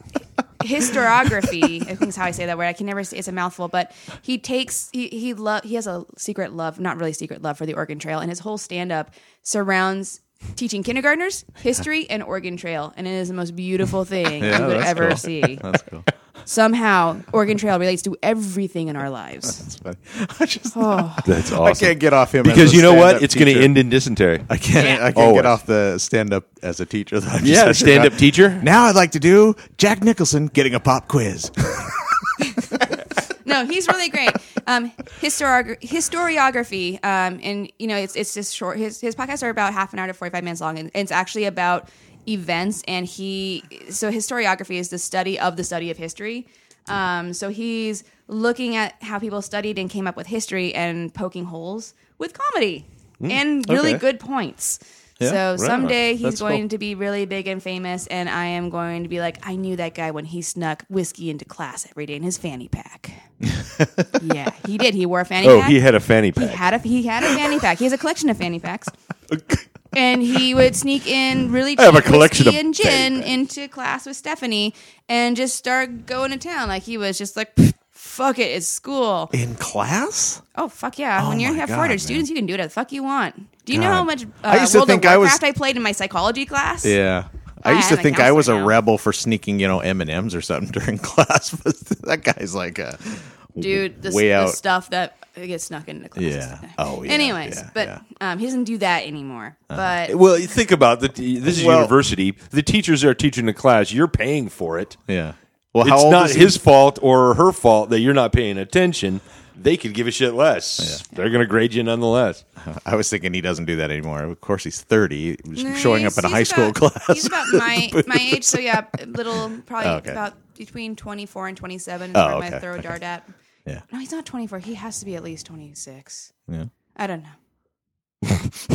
historiography. I think is how I say that word. I can never say it's a mouthful, but he takes he he love he has a secret love, not really secret love for the Oregon Trail, and his whole stand up surrounds teaching kindergartners history and Oregon Trail, and it is the most beautiful thing you would that's ever cool. see. That's cool. Somehow, Oregon Trail relates to everything in our That's lives. funny. I just Oh. That's awesome. I can't get off him because as a you know what? stand-up It's going to teacher. end in dysentery. I can't. I can't Always. get off the stand up as a teacher. That I'm just Yeah, such a stand-up guy. teacher. Now I'd like to do Jack Nicholson getting a pop quiz. No, he's really great. Um, historiog- historiography, um, and you know, it's it's just short. His his podcasts are about half an hour to forty five minutes long, and it's actually about events. And he so historiography is the study of the study of history. Um, so he's looking at how people studied and came up with history and poking holes with comedy and really Mm, okay. good points. Yeah, so right on. someday he's That's going cool. to be really big and famous, and I am going to be like, I knew that guy when he snuck whiskey into class every day in his fanny pack. yeah, he did. He wore a fanny Oh, pack. he had a fanny He pack. had a he had a fanny pack. He has a collection of fanny packs. And he would sneak in really cheap have a collection whiskey of and fanny gin into class with Stephanie, and just start going to town. Like he was just like, "Pfft, "Fuck it, it's school." In class? Oh fuck yeah! Oh when you my have God, 400 man. students, you can do whatever the fuck you want. Do you know God. how much uh, I used to World think of I was- Warcraft Oh, I played in my psychology class? Yeah. I used to am a think I was a counselor now. rebel for sneaking, you know, M and M's or something during class, but that guy's like a dude. The, way the out. stuff that gets snuck into classes. Yeah. Oh, yeah, Anyways, yeah, but yeah. Uh-huh. Um, he doesn't do that anymore. But Well, you think about the. This is Well- university. The teachers are teaching the class. You're paying for it. Yeah. Well, how It's old not is his fault or her fault that you're not paying attention. They could give a shit less. They're going to grade you nonetheless. He? I was thinking he doesn't do that anymore. Of course, he's thirty, he's No, showing up he's- in a high he's school about- He's class. about my my age, so yeah, little probably Oh, okay. about between twenty four and twenty seven is Oh, where okay, my throw okay. dart at. Yeah. No, he's not twenty four. He has to be at least twenty six. Yeah. I don't know.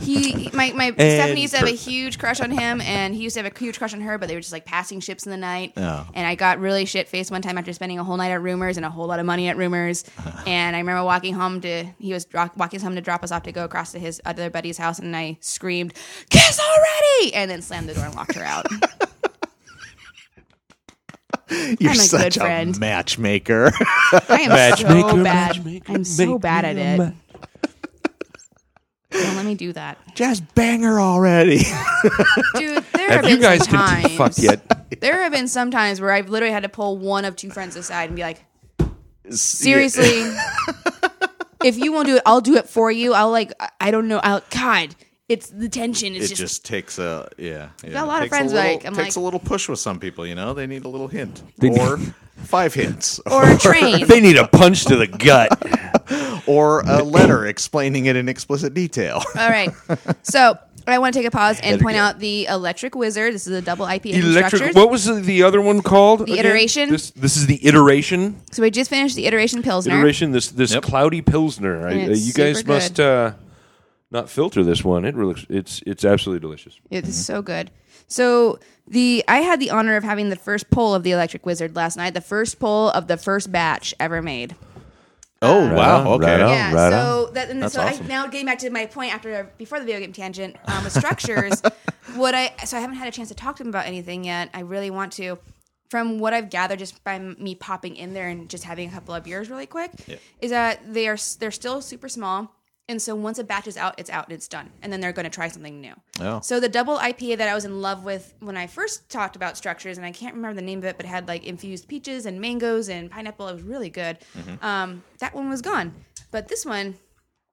he my my Stephanie used to have a huge crush on him, and he used to have a huge crush on her. But they were just like passing ships in the night. Oh. And I got really shit faced one time after spending a whole night at Rumors and a whole lot of money at Rumors. and I remember walking home to he was dro- walking home to drop us off to go across to his other buddy's house, and I screamed, "Kiss already!" and then slammed the door and locked her out. You're I'm a good such a friend. matchmaker. I am so Matchmaker, bad. matchmaker, I'm so make bad me at a it. ma- Don't let me do that, Just bang her already. dude. There Have been you guys some times, been fucked yet? There have been some times where I've literally had to pull one of two friends aside and be like, seriously, if you won't do it, I'll do it for you. I'll like, I- I don't know. I'll, God, it's the tension. It It's just, just, takes a yeah. yeah. a lot of Takes friends little, like- I'm takes like- a little push with some people. You know, they need a little hint or five hints or a train. They need a punch to the gut. or a letter explaining it in explicit detail. All right. So I want to take a pause and point out the Electric Wizard. This is a double IPA Electric. structure. What was the, the other one called? again? Iteration? This, this is the iteration. So we just finished the Iteration Pilsner. Iteration. This this Yep. cloudy pilsner. I, uh, And it's you guys super must good. uh, not filter this one. It really, it's it's absolutely delicious. It's so good. So the I had the honor of having the first poll of the Electric Wizard last night. The first poll of the first batch ever made. Oh wow, on, okay. right on. Yeah, right so that and so awesome. I, now getting back to my point after before the video game tangent um, with structures, what I so I haven't had a chance to talk to him about anything yet. I really want to. From what I've gathered, just by m- me popping in there and just having a couple of beers really quick, is that they are s- they're still super small, and so once a batch is out, it's out and it's done, and then they're going to try something new. Oh. So the double IPA that I was in love with when I first talked about structures, and I can't remember the name of it, but it had like infused peaches and mangoes and pineapple. It was really good. Mm-hmm. Um, that one was gone, but this one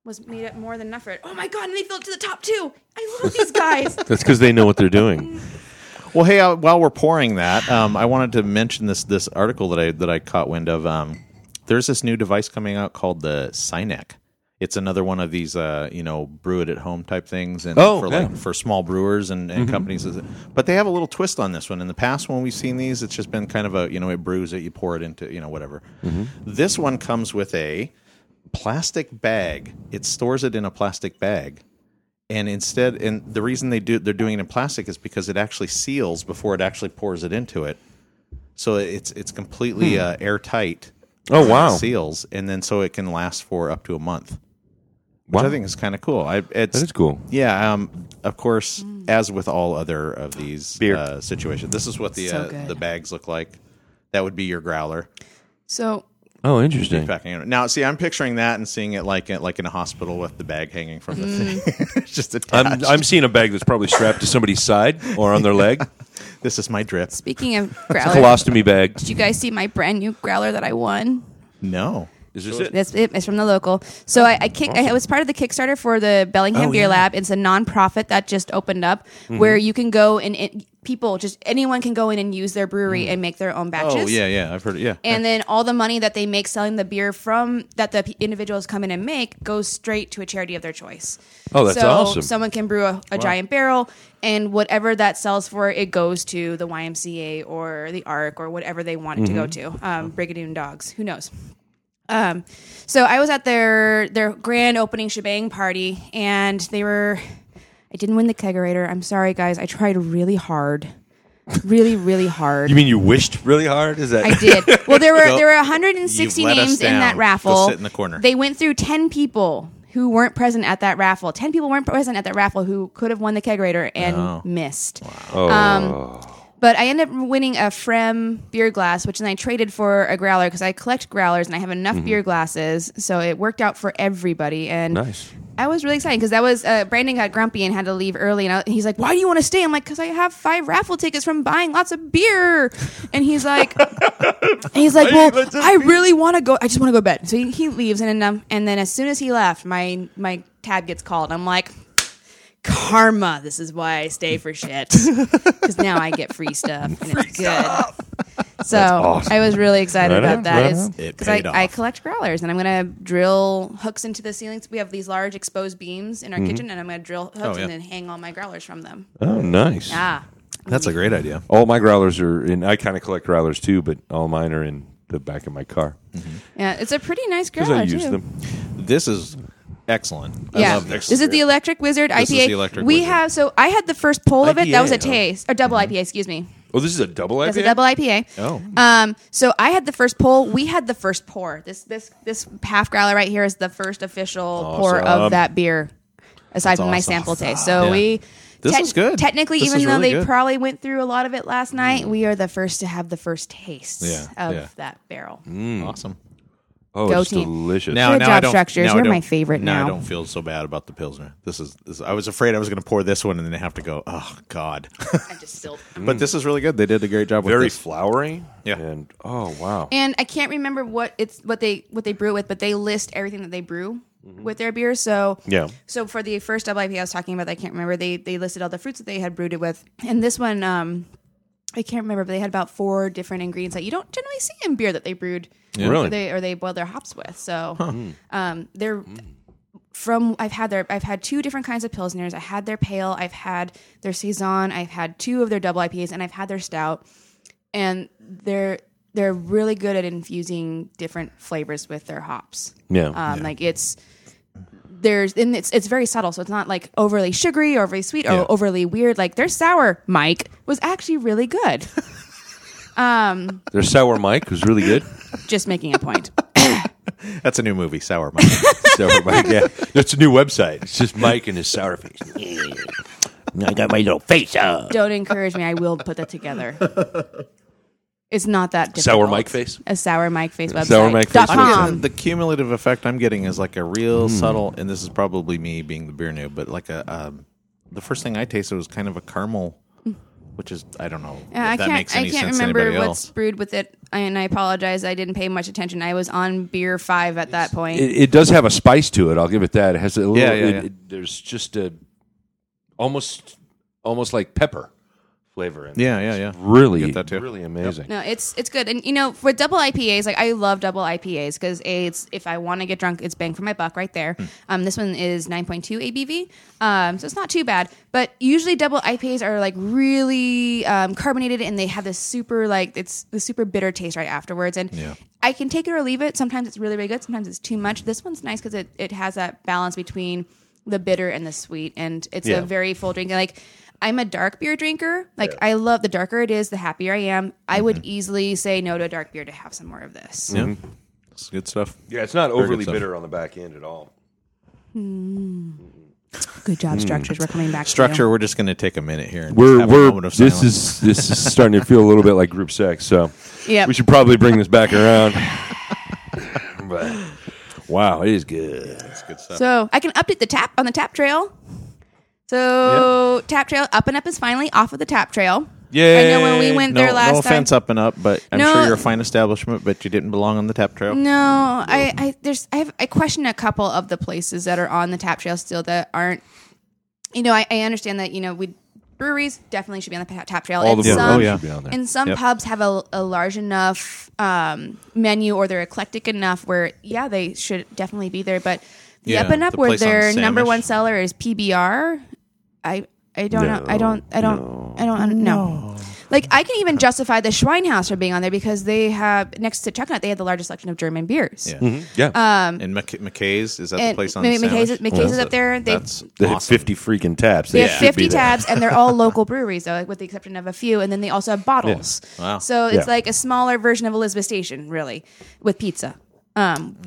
was made up more than enough for it. Oh my god! And they filled it to the top too. I love these guys. That's because they know what they're doing. Well, hey, uh, while we're pouring that, um, I wanted to mention this this article that I that I caught wind of. Um, there's this new device coming out called the Synec. It's another one of these, uh, you know, brew it at home type things, and Oh, for yeah. Mm-hmm. like for small brewers and, and companies. But they have a little twist on this one. In the past, when we've seen these, it's just been kind of a, you know, it brews it, you pour it into, you know, whatever. Mm-hmm. This one comes with a plastic bag. It stores it in a plastic bag, and instead and the reason they do they're doing it in plastic is because it actually seals before it actually pours it into it so it's it's completely uh, airtight Hmm. Oh wow! seals and then so it can last for up to a month which Wow. i think is kind of cool i it's That is cool. yeah um of course Hmm. as with all other of these Beer. uh situations this is what the So uh, good. the bags look like that would be your growler so Oh, interesting. packing it. Now, see, I'm picturing that and seeing it like like in a hospital with the bag hanging from the thing. Hmm. it's just attached. I'm I'm seeing a bag that's probably strapped to somebody's side or on their leg. this is my drip. speaking of growler, Colostomy bag. did you guys see my brand new growler that I won? No. Is this it? That's it. It's from the local. So I, I kick. I was part of the Kickstarter for the Bellingham Oh, Beer yeah. Mm-hmm. Lab. It's a nonprofit that just opened up where you can go and it, people, just anyone can go in and use their Mm. brewery and make their own batches. Oh yeah, yeah, I've heard it. Yeah, And then all the money that they make selling the beer from that the p- individuals come in and make goes straight to a charity of their choice. Oh, that's so awesome. Someone can brew a, a giant barrel, and whatever that sells for, it goes to the YMCA or the ARC or whatever they want it to Mm-hmm. go to. Um, Brigadoon Dogs, who knows? Um, so I was at their their grand opening shebang party, and they were. I didn't win the kegerator. I'm sorry, guys. I tried really hard, really, really hard. You mean you wished really hard? Is that I did. Well, there were Go- there were 160 You've let us names in that down. raffle. Go sit in the corner. They went through 10 people who weren't present at that raffle. 10 people weren't present at that raffle who could have won the kegerator and Oh. missed. Um, but I ended up winning a Frem beer glass, which then I traded for a Mm-hmm. growler because I collect growlers and I have enough beer glasses, so it worked out for everybody. And nice? I was really excited because that was uh, Brandon got grumpy and had to leave early, and I, he's like, "Why do you want to stay?" I'm like, "Cause I have five raffle tickets from buying lots of beer," and he's like, and he's like, "Well, I really want to go. I just want to go to bed." So he, he leaves, and then, um, and then as soon as he left, my my tab gets called. I'm like, "Karma! This is why I stay for shit because now I get free stuff and it's good." So I was really excited Right about on, that. right It's- on. It because I, paid off. I collect growlers and I'm going to drill hooks into the ceilings. We have these large exposed beams in our kitchen, and I'm going to drill hooks Mm-hmm. Oh, yeah. and then hang all my growlers from them. Oh, nice. Ah, That's a great idea. All my growlers are in. I kind of collect growlers too, but all mine are in the back of my car yeah, it's a pretty nice because growler I use too. them. This is excellent. I yeah, love this this. is the Electric Wizard This is IPA. the Electric we Wizard. have so I had the first pull of it. That was a IPA, huh? taste or mm-hmm. double IPA. Excuse me, Oh, this is a double IPA. that's a double IPA. Oh. um, so I had the first pull. We had the first pour. This this this half growler right here is the first official pour Awesome. of that beer, aside from my awesome. sample taste. So Yeah. we. This is good. Technically, This even is though really they good. Mm. probably went through a lot of it last night, we are the first to have the first tastes Yeah, of yeah. Mm. that barrel. awesome. Oh, Go it's team. delicious. Now, Good now job I don't, structures. now I You're don't- my favorite now. I don't feel so bad about the pilsner. This is. This, I was afraid I was going to pour this one and then have to go. Oh God! I just still. but this is really good. They did a great job. very with this. flowery. Yeah. And oh wow. And I can't remember what it's what they what they brew it with, but they list everything that they brew with their beer. So Yeah. So for the first double IPA I was talking about, that I can't remember. They they listed all the fruits that they had brewed it with, and this one, um, I can't remember, but they had about four different ingredients that you don't generally see in beer that they brewed, Really? Mm. or they or they boiled their hops with. So, um, they're from I've had their I've had two different kinds of pilsners. I had their pale, I've had their saison, I've had two of their double IPAs, and I've had their stout. And they're they're really good at infusing different flavors with their hops. Mm. Yeah. Um, like it's there's and it's it's very subtle, so it's not like overly sugary or overly sweet or Yeah. overly weird. Like their sour Mike was actually really good. Their sour Mike was really good. Just making a point. That's a new movie, Sour Mike. sour Mike. Yeah. It's a new website. It's just Mike and his sour face. I got my little face out. Don't encourage me. I will put that together. It's not that difficult. Sour Mike face. A sour Mike face website. Sour Mike Dot face com. the cumulative effect I'm getting is like a real subtle, and this is probably me being the beer noob, but like a um, the first thing I tasted was kind of a caramel, which is I don't know Mm. if Yeah, that I can't. makes any I can't sense to remember anybody what's else. brewed with it, and I apologize. I didn't pay much attention. I was on beer five at that point. It, it does have a spice to it. I'll give it that. It has a little. Yeah, yeah, it- yeah. it- there's just a almost almost like pepper flavor. In it. Yeah, yeah, yeah. Really, Get that too. really amazing. no, it's it's good, and you know, for double IPAs, like I love double IPAs because a, it's if I want to get drunk, it's bang for my buck right there. Um, this one is nine point two ABV, um, so it's not too bad. But usually, double IPAs are like really um, carbonated, and they have this super like it's the super bitter taste right afterwards, and Yeah. I can take it or leave it. Sometimes it's really, really good. Sometimes it's too much. This one's nice because it, it has that balance between the bitter and the sweet, and it's Yeah. a very full drink. Like I'm a dark beer drinker. Like I love the darker it is, the happier I am. I would easily say no to a dark beer to have some more of this. Mm-hmm. Yeah. It's Mm-hmm. good stuff. Yeah, it's not good overly stuff. bitter on the back end at all. Good job, structures. We're coming back. to Mm. you. Structure. We're just going to take a minute here. And We're have a we're moment of this silence. is this is starting to feel a little bit like group sex. So Yep. we should probably bring this back around. but wow, it is good. It's good stuff. So I can update the tap on the tap trail. So tap trail up and up is finally off of the tap trail. Yeah, I know when we went there last No time. offense, up and up, but I'm No. sure you're a fine establishment, but you didn't belong on the tap trail. No, I, I there's I have I question a couple of the places that are on the tap trail still that aren't. You know, I, I understand that you know we breweries definitely should be on the pa- tap trail. All and the breweries Oh, some, yeah. should be on there. And some Yep. pubs have a, a large enough um, menu or they're eclectic enough where yeah they should definitely be there. But the Yeah, up and up the where place on their number Samish. one seller is PBR, I I don't know. I don't. I don't. I don't. I don't know. Like I can even justify the Schweinhaus for being on there because they have next to Chuck Nut, they had the largest selection of German beers. Yeah. Yeah, And McK- McKay's is that the Um, and place on Mc- McKay's- Sandwich? McKay's is up there. They- That's they have Uh, awesome. fifty freaking taps. They They have should be 50 there. tabs, and they're all local breweries, though, with the exception of a few. And then they also have bottles. Wow. So it's Yeah. like a smaller version of Elizabeth Station, really, with pizza.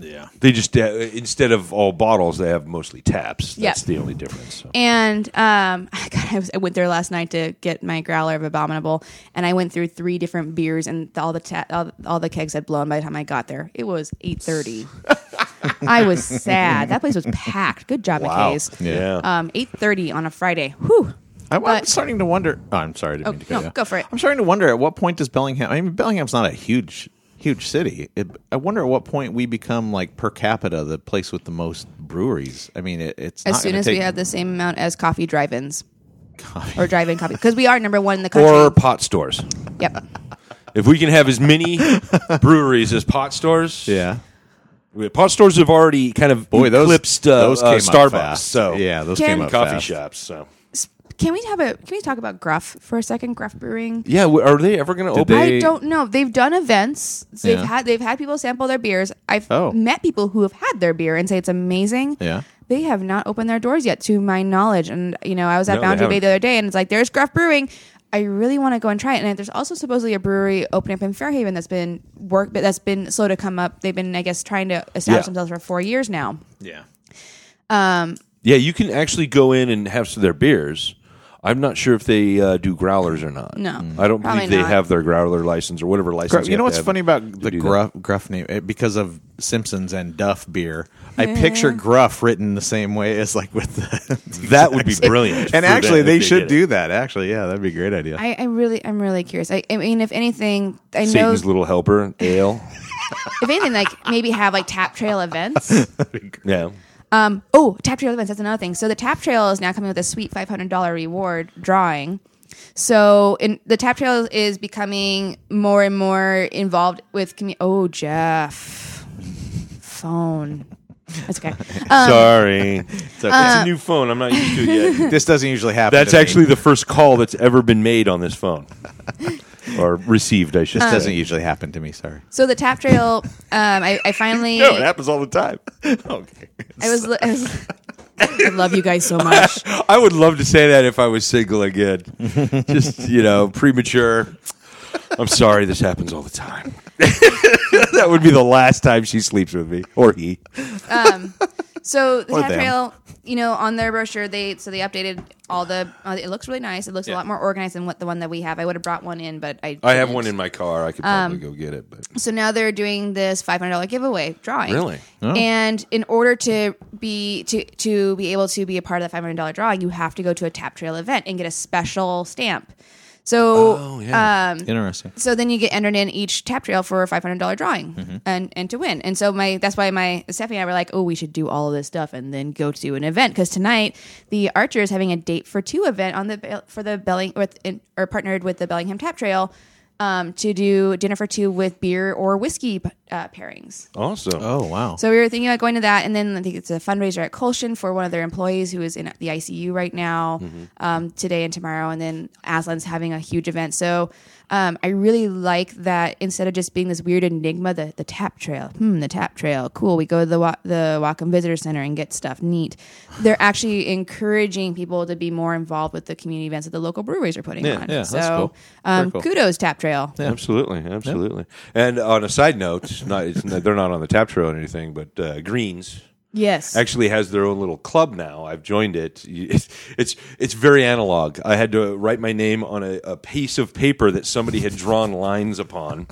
Yeah. They just uh, instead of all bottles, they have mostly taps. That's Yeah. the only difference. so. And um, God, I, was, I went there last night to get my growler of Abominable, and I went through three different beers, and all the ta- all, all the kegs had blown by the time I got there. It was eight thirty. I was sad. That place was packed. Good job, McKay's. Yeah. Um, eight thirty on a Friday. Whew. I'm, I'm But- starting to wonder. Oh, I'm sorry. I didn't Oh, mean to cut no, you off. go for it. I'm starting to wonder at what point does Bellingham? I mean, Bellingham's not a huge, huge city. It, I wonder at what point we become like per capita the place with the most breweries. I mean, it, it's As not soon gonna as we take- had the same amount as coffee drive-ins or drive-in coffee, because we are number one in the country. or pot stores. yep. If we can have as many breweries as pot stores, yeah. We- pot stores have already kind of Boy, those eclipsed uh, those uh, came up Starbucks. fast. So yeah, those Ken- came up coffee fast. shops. So Can we have a? Can we talk about Gruff for a second? Gruff Brewing. yeah, w- are they ever going to open? They- I don't know. They've done events. They've Yeah. had they've had people sample their beers. I've Oh. met people who have had their beer and say it's amazing. Yeah. They have not opened their doors yet, to my knowledge. And you know, I was at No, they Boundary Bay haven't. the other day, and it's like there's Gruff Brewing. I really want to go and try it. And there's also supposedly a brewery opening up in Fairhaven that's been work, but that's been slow to come up. They've been, I guess, trying to establish Yeah. themselves for four years now. Yeah. Yeah, you can actually go in and have some of their beers. I'm not sure if they uh, do growlers or not. No. I don't Probably believe they not. have their growler license or whatever license. Gruff, Mm. you have know to what's have funny about the do that. Gruff, Gruff name eh, because of Simpsons and Duff beer. I picture Gruff written the same way as like with the. That would be brilliant. and for actually, them they if should did it. do that. Actually, yeah, that'd be a great idea. I, I really, I'm really curious. I, I mean, if anything, I know Satan's little helper ale. if anything, like maybe have like tap trail events. yeah. Um, oh, Tap Trail events. That's another thing. So the Tap Trail is now coming with a sweet five hundred dollar reward drawing. So in, the Tap Trail is becoming more and more involved with commu- Oh, Jeff, phone. That's okay. Um, Sorry, It's okay. uh, it's a new phone. I'm not used to it yet. this doesn't usually happen. That's to me. actually the first call that's ever been made on this phone, or received, I should This say. doesn't usually happen to me. Sorry. so the Tap Trail. Um, I, I finally. happens all the time. okay. I was. I was. I love you guys so much. I would love to say that if I was single again. Just, you know, premature. I'm sorry, this happens all the time. that would be the last time she sleeps with me or he. So the Or Tap them. Trail, you know, on their brochure, they so they updated all the. Uh, it looks really nice. It looks a lot more organized than what the one that we have. I would have brought one in, but I. I have didn't. one in my car. I could probably go get it, but So now they're doing this five hundred dollar giveaway drawing. Really? Oh. And in order to be to to be able to be a part of the five hundred dollar drawing, you have to go to a Tap Trail event and get a special stamp. So Oh, um, Interesting. so then you get entered in each tap trail for a five hundred dollar drawing and and to win. And so my that's why my Stephanie and I were like, oh, we should do all of this stuff and then go to an event because tonight the Archer is having a date for two event on the Bel- for the Belling with in, or partnered with the Bellingham Tap Trail. Um, to do dinner for two with beer or whiskey uh, pairings. awesome. Oh wow. So we were thinking about going to that, and then I think it's a fundraiser at Colshan for one of their employees who is in the ICU right now, Mm-hmm. um, today and tomorrow, and then Aslan's having a huge event. So um, I really like that instead of just being this weird enigma, the, the tap trail, hmm, the tap trail, cool. We go to the wa- the Wacom Visitor Center and get stuff neat. They're actually encouraging people to be more involved with the community events that the local breweries are putting on. yeah, that's so cool. um, cool. kudos tap trail. Absolutely, absolutely. And on a side note, not, it's not they're not on the tap trail or anything, but uh, Greens Yes, actually has their own little club now. I've joined it. You- It's it's, it's very analog. I had to write my name on a, a piece of paper that somebody had drawn lines upon,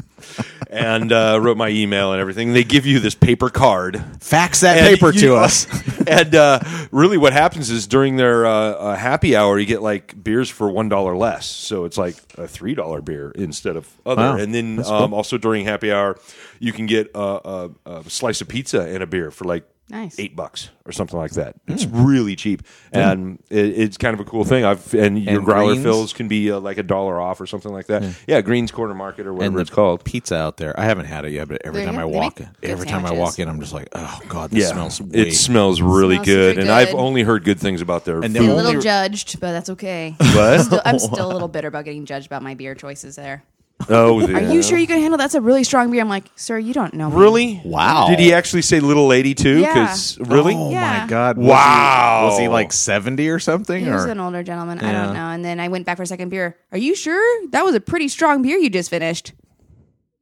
and uh, wrote my email and everything. They give you this paper card. Fax that And paper you- to us. and uh, really, what happens is during their uh, uh, happy hour, you get like beers for one dollar less. So it's like a three dollar beer instead of other. Wow. And then um, also during happy hour, you can get uh, a, a slice of pizza and a beer for like Nice. eight bucks or something like that. Hmm. It's really cheap, and it, it's kind of a cool thing. I've and your And growler greens? fills can be uh, like a dollar off or something like that. Yeah, Greens Corner Market or whatever it's called. pizza out there. I haven't had it yet, but every They time have- I they walk, make good every time I sandwiches. walk in, I'm just like, oh god, this smells. Way it smells really Smells good, super and I've good. only heard good things about their. And And they're a only- little judged, but that's okay. Still- I'm still a little bitter about getting judged about my beer choices there. oh, Are yeah. you sure you can handle that's a really strong beer? I'm like, sir, you don't know. me." Really? Wow. Did he actually say little lady too? Yeah. 'Cause- really? Oh Yeah. my god! was Wow. he- Was he, like seventy or something? He was or- an older gentleman. I Yeah. don't know. And then I went back for a second beer. Are you sure? That was a pretty strong beer you just finished.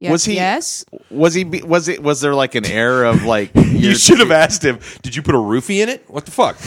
Yes. Was he- Yes. was he? be- Was it? Was there like an air of like You you're- should have asked him. Did you put a roofie in it? What the fuck?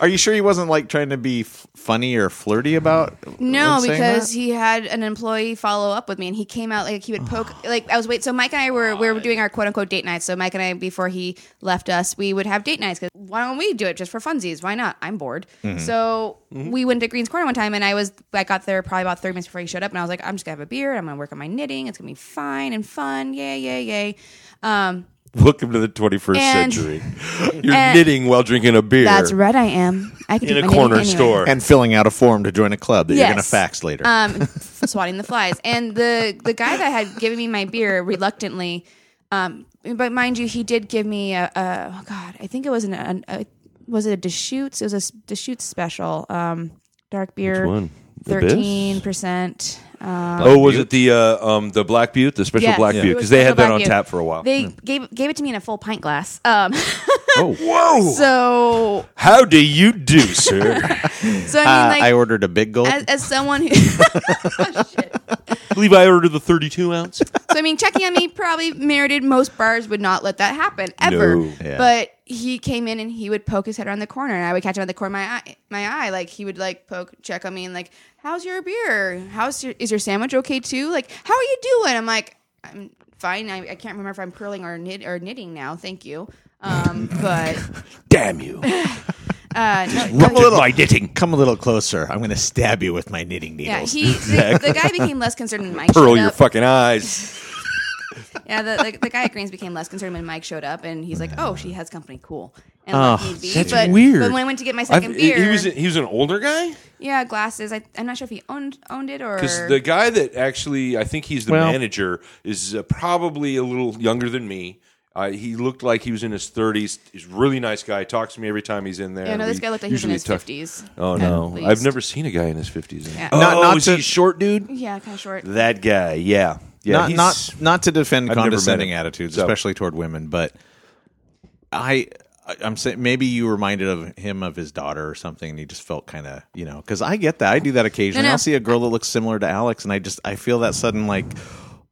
Are you sure he wasn't like trying to be f- funny or flirty about? No, when saying because that? he had an employee follow up with me, and he came out like he would poke. like I was wait. So Mike and I were we were doing our quote unquote date nights. So Mike and I, before he left us, we would have date nights. Because why don't we do it just for funsies? Why not? I'm bored. Mm-hmm. So we went to Green's Corner one time, and I was I got there probably about thirty minutes before he showed up, and I was like, I'm just gonna have a beer. I'm gonna work on my knitting. It's gonna be fine and fun. Yay, yay, yay. Um, Welcome to the 21st And- century. You're and- knitting while drinking a beer that's right. I am. I can in do a my knitting corner anyway. store. and filling out a form to join a club that you're going to Yes. fax later. um, f- swatting the flies. And the the guy that had given me my beer reluctantly, um, but mind you, he did give me a, a oh god, I think it was an, an a, was it a Deschutes? It was a s- Deschutes special, um, dark beer, one? Abyss? thirteen percent. oh, was it the uh, um, the Black Butte, the special Yes, Black it Butte? was Because they had special that Black on Butte. tap for a while. Hmm. They gave gave it to me in a full pint glass. Um, oh, whoa! so How do you do, sir? so I mean, Uh, like I ordered a big gulp. as, as someone who. believe I ordered the 32 ounce. So I mean, checking on me probably merited most bars would not let that happen ever. No. Yeah. But he came in and he would poke his head around the corner, and I would catch him at the corner of my eye. My eye, like he would like poke, check on me, and like, "How's your beer? How's your is your sandwich okay too? Like, how are you doing?" I'm like, "I'm fine. I, I can't remember if I'm purling or knit or knitting now. Thank you." Um, but Damn you! uh, no, Look at my knitting. Come a little closer. I'm going to stab you with my knitting yeah, needles. he the, the guy became less concerned when Mike Pearl showed your up. fucking eyes. Yeah, the, the, the guy at Greens became less concerned when Mike showed up, and he's like, "Oh, she has company, cool." And Oh, let me be. that's but, weird. But when I went to get my I've- second he beer, he was he was an older guy yeah, glasses. I, I'm not sure if he owned owned it or because the guy that actually I think he's the Well- manager is uh, probably a little younger than me. Uh, he looked like he was in his 30s. He's a really nice guy. Talks to me every time he's in there. yeah, no, this We guy looked like he was in usually his talk- fifties. Oh no, I've never seen a guy in his 50s. Yeah. Oh, Not- not is to- he short, dude? Yeah, kind of short. That guy, yeah, yeah. not he's- not not to defend I've never met condescending him, attitudes, so. especially toward women, but I I- I'm saying maybe you reminded of him of his daughter or something, and you just felt kind of you know because I get that I do that occasionally. No, no. I'll see a girl that looks similar to Alex, and I just I feel that sudden like,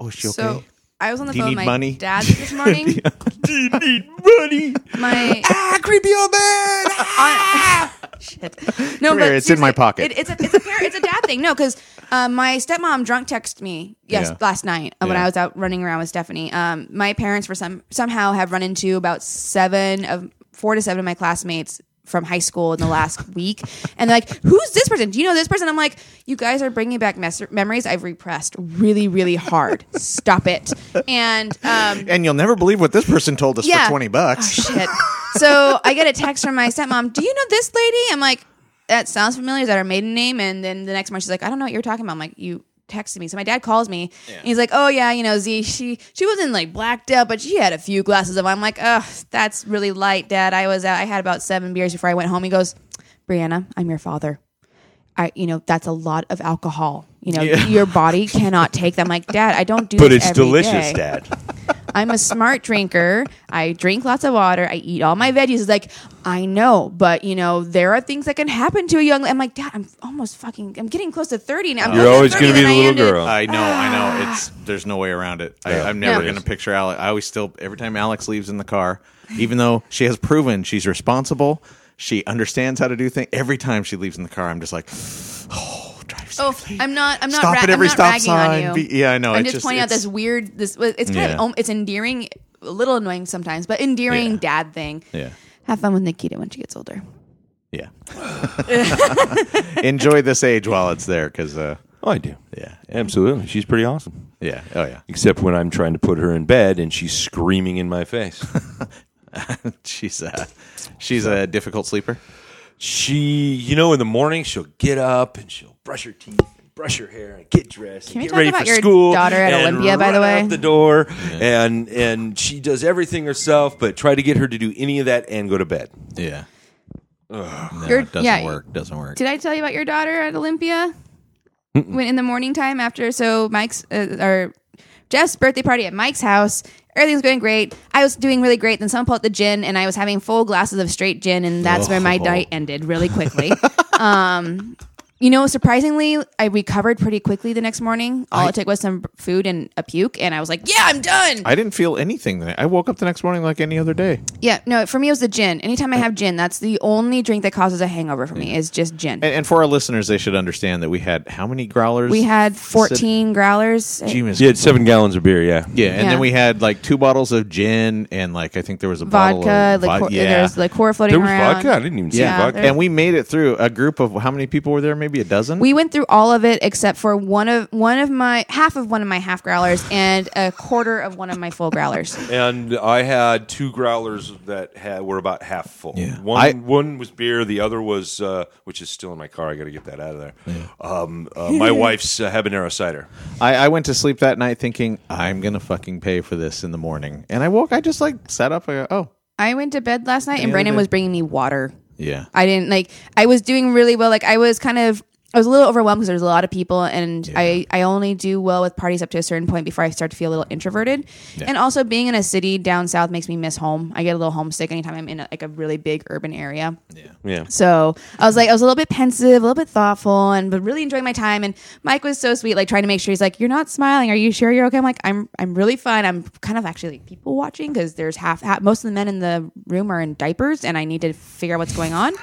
oh, is she okay? So I was on the Do you phone need with my money? dad this morning. Buddy, My ah, creepy old man. Ah. Shit. No, Come but here, it's in my seriously, pocket. It, it's a it's a parent, it's a dad thing. No, because uh, my stepmom drunk texted me yes Yeah. last night uh, when Yeah. I was out running around with Stephanie. Um, my parents for some somehow have run into about seven of four to seven of my classmates from high school in the last week, and they're like, "Who's this person? Do you know this person?" I'm like, "You guys are bringing back mes- memories I've repressed really, really hard. Stop it!" And um, And you'll never believe what this person told us for twenty bucks. Oh, shit. So I get a text from my stepmom. Do you know this lady? I'm like, that sounds familiar. Is that her maiden name? And then the next morning she's like, I don't know what you're talking about. I'm like, you texted me. So my dad calls me and he's like, Oh yeah, you know Z. She she wasn't like blacked out, but she had a few glasses of. wine." I'm like, oh, that's really light, Dad. I was out. I had about seven beers before I went home. He goes, Brianna, I'm your father. I, you know, that's a lot of alcohol. You know, your body cannot take that. I'm like, Dad, I don't do. But this it's every delicious, day." Dad. I'm a smart drinker. I drink lots of water. I eat all my veggies. It's like, I know, but you know, there are things that can happen to a young. I'm like, Dad, I'm almost fucking. I'm getting close to thirty now. I'm You're closer always thirty going to be the than I little am to- girl. I know, I know. It's there's no way around it. I, I'm never Ah. Yeah. going to picture Alex. I always still every time Alex leaves in the car, even though she has proven she's responsible, she understands how to do things. Every time she leaves in the car, I'm just like, oh, drive Oh, safely. I'm not. I'm not. Stop ra- at every I'm not stop ragging sign. On you. Be- yeah, I know, I'm it's just just- pointing out it's- this weird. This it's kind Yeah. of om- it's endearing, a little annoying sometimes, but endearing Yeah. dad thing. yeah, Have fun with Nikita when she gets older. yeah. Enjoy this age while it's there, because uh, Oh, I do. yeah, Absolutely. She's pretty awesome. yeah, oh yeah. Except when I'm trying to put her in bed and she's screaming in my face. She's uh, she's a difficult sleeper. she, you know, in the morning she'll get up and she'll brush her teeth, and brush her hair, and get dressed, Can we and get talk ready about for your school. daughter at and Olympia, by run the way? out the door, and and she does everything herself, but try to get her to do any of that and go to bed. Yeah, no, You're- doesn't yeah. work. Doesn't work. Did I tell you about your daughter at Olympia? When in the morning time after, so Mike's uh, or Jeff's birthday party at Mike's house. Everything's going great. I was doing really great. Then someone pulled out the gin, and I was having full glasses of straight gin, and that's where my Oh. night ended really quickly. um, You know, surprisingly, I recovered pretty quickly the next morning. All it took was some food and a puke, and I was like, "Yeah, I'm done." I didn't feel anything. I woke up the next morning like any other day. yeah, no, for me it was the gin. Anytime I have gin, that's the only drink that causes a hangover for me is just gin. And, and for our listeners, they should understand that we had how many growlers? we had 14 growlers. Gee, miss- You had seven gallons of beer, yeah. Yeah, and Yeah. then we had like two bottles of gin and like I think there was a bottle vodka, of liquor, vod- yeah. there's liqueur floating There was around. vodka. I didn't even see Yeah, vodka. there- and we made it through a group of how many people were there? Maybe a dozen. We went through all of it except for one of one of my half of one of my half growlers and a quarter of one of my full growlers. And I had two growlers that had, were about half full. Yeah. One I- one was beer, the other was, uh, which is still in my car. I got to get that out of there. Um, uh, my wife's uh, habanero cider. I, I went to sleep that night thinking I'm gonna fucking pay for this in the morning, and I woke. I just like sat up. I go, oh I went to bed last night and Yeah, Brandon they- was bringing me water. yeah. I didn't like I was doing really well. Like I was kind of I was a little overwhelmed because there's a lot of people and I I only do well with parties up to a certain point before I start to feel a little introverted. And also being in a city down south makes me miss home. I get a little homesick anytime I'm in a, like a really big urban area. Yeah. So I was like, I was a little bit pensive, a little bit thoughtful, and but really enjoying my time. And Mike was so sweet, like trying to make sure he's like, "You're not smiling. Are you sure you're okay?" I'm like, "I'm, I'm really fine. I'm kind of actually like people watching because there's half, half, most of the men in the room are in diapers, and I need to figure out what's going on."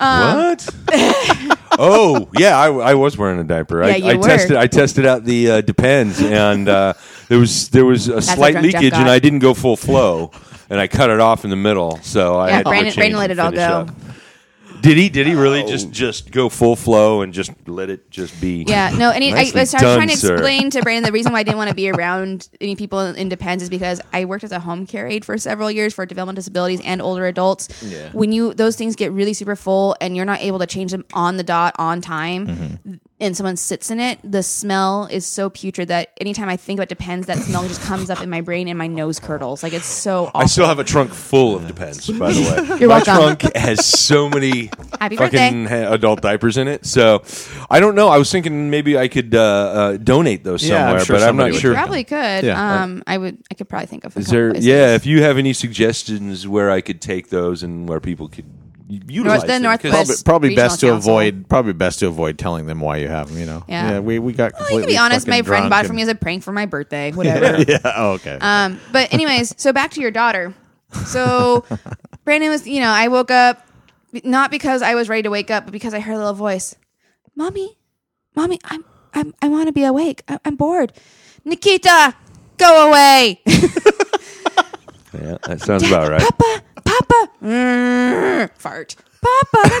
Um, What? oh yeah, I, I was wearing a diaper. I, Yeah, you I were. tested. I tested out the uh, depends, and uh, there was there was a how slight drunk Jeff leakage, and got. I didn't go full flow, and I cut it off in the middle. So I Yeah, had to go Brandon- change Brandon let and it all finish go. up. Did he? Did he really just just go full flow and just let it just be? Yeah, no, and it, I, Nicely I was done, trying to sir. explain to Brandon the reason why I didn't want to be around any people in Depends is because I worked as a home care aide for several years for developmental disabilities and older adults. Yeah. When you those things get really super full and you're not able to change them on the dot on time. Mm-hmm. And someone sits in it, the smell is so putrid that anytime I think about Depends, that smell just comes up in my brain and my nose curdles. Like it's so awful. I still have a trunk full of Depends, by the way. You're My welcome. trunk has so many Happy fucking ha- adult diapers in it. So I don't know. I was thinking maybe I could uh, uh, donate those Yeah, I'm somewhere, sure but I'm somebody not would sure. Probably could. Yeah. um, I would. I could probably think of. A uh, Is couple there? places. Yeah. If you have any suggestions where I could take those and where people could u- utilize the them, 'cause- Probably, Northwest- probably Regional best to Council. avoid. Probably best to avoid telling them why you have them. You know. Yeah. we, we got. Well, you can completely be honest. My fucking friend drunk bought and- for me as a prank for my birthday. Whatever. yeah. Oh, okay. Um, but anyways, so back to your daughter. So Brandon was, you know, I woke up not because I was ready to wake up, but because I heard a little voice, "Mommy, mommy, I'm, I'm I want to be awake. I, I'm bored. Nikita, go away. yeah, that sounds about right. Papa, Papa, Mm, fart. Papa,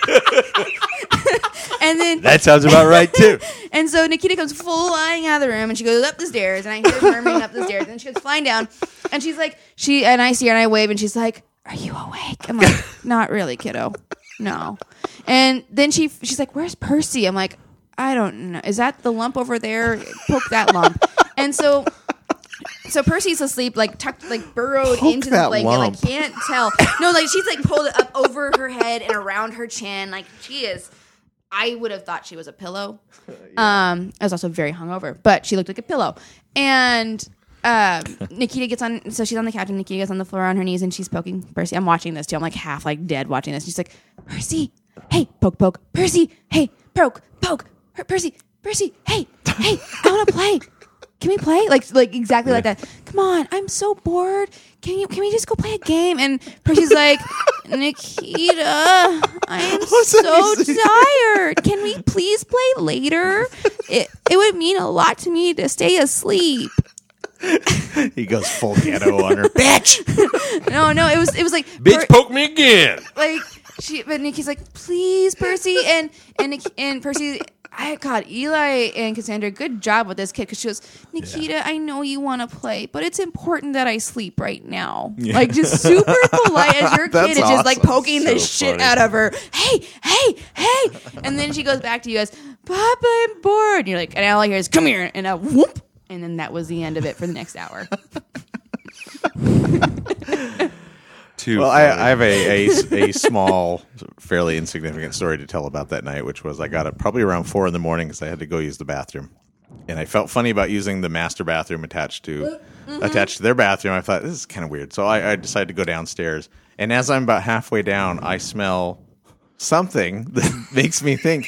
gross. and then That sounds about right too. and so Nikita comes flying out of the room and she goes up the stairs and I hear her murmuring up the stairs and then she goes flying down and she's like she and I see her and I wave and she's like, Are you awake? I'm like, Not really, kiddo. No. And then she she's like, Where's Percy? I'm like, I don't know. Is that the lump over there? Poke that lump. And so so Percy's asleep, like tucked, like burrowed into the that blanket. lump. Like can't tell. No, like she's like pulled it up over her head and around her chin. Like she is. I would have thought she was a pillow. Um, I was also very hungover, but she looked like a pillow. And um, Nikita gets on, so she's on the couch, and Nikita gets on the floor on her knees, and she's poking Percy. I'm watching this too. I'm like half like dead watching this. She's like, Percy, hey, poke, poke, Percy, hey, poke, poke, Per- Percy, Percy, hey, hey, I want to play. Can we play? Like, like exactly like that. Come on, I'm so bored. Can you? Can we just go play a game? And Percy's like, Nikita, I'm so tired. Can we please play later? It it would mean a lot to me to stay asleep. he goes full ghetto on her. Bitch. No, no, it was it was like Bitch, Per- poke me again. like she but Nikki's like please Percy and and Nikki, and Percy I God Eli and Cassandra good job with this kid because she goes Nikita I know you want to play but it's important that I sleep right now like just super polite as your kid That's is just like awesome. poking the shit out of her hey hey hey and then she goes back to you guys Papa I'm bored and you're like and all I hear is come here and a whoop and then that was the end of it for the next hour Too Well, I, funny. I have a, a, a small, fairly insignificant story to tell about that night, which was I got up probably around four in the morning because I had to go use the bathroom, and I felt funny about using the master bathroom attached to attached to their bathroom. I thought this is kind of weird, so I, I decided to go downstairs, and as I'm about halfway down, I smell something that makes me think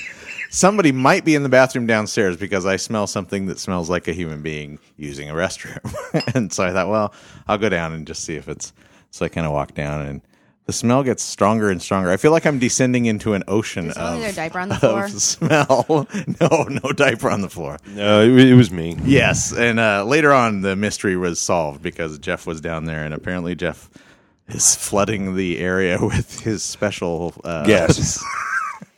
somebody might be in the bathroom downstairs because I smell something that smells like a human being using a restroom. and so I thought, well, I'll go down and just see if it's. So I kind of walk down and the smell gets stronger and stronger. I feel like I'm descending into an ocean smell of, their diaper on the of floor? smell. no, no diaper on the floor. No, it, it was me. Yes, and uh, later on, the mystery was solved because Jeff was down there, and apparently Jeff is flooding the area with his special uh, Gas.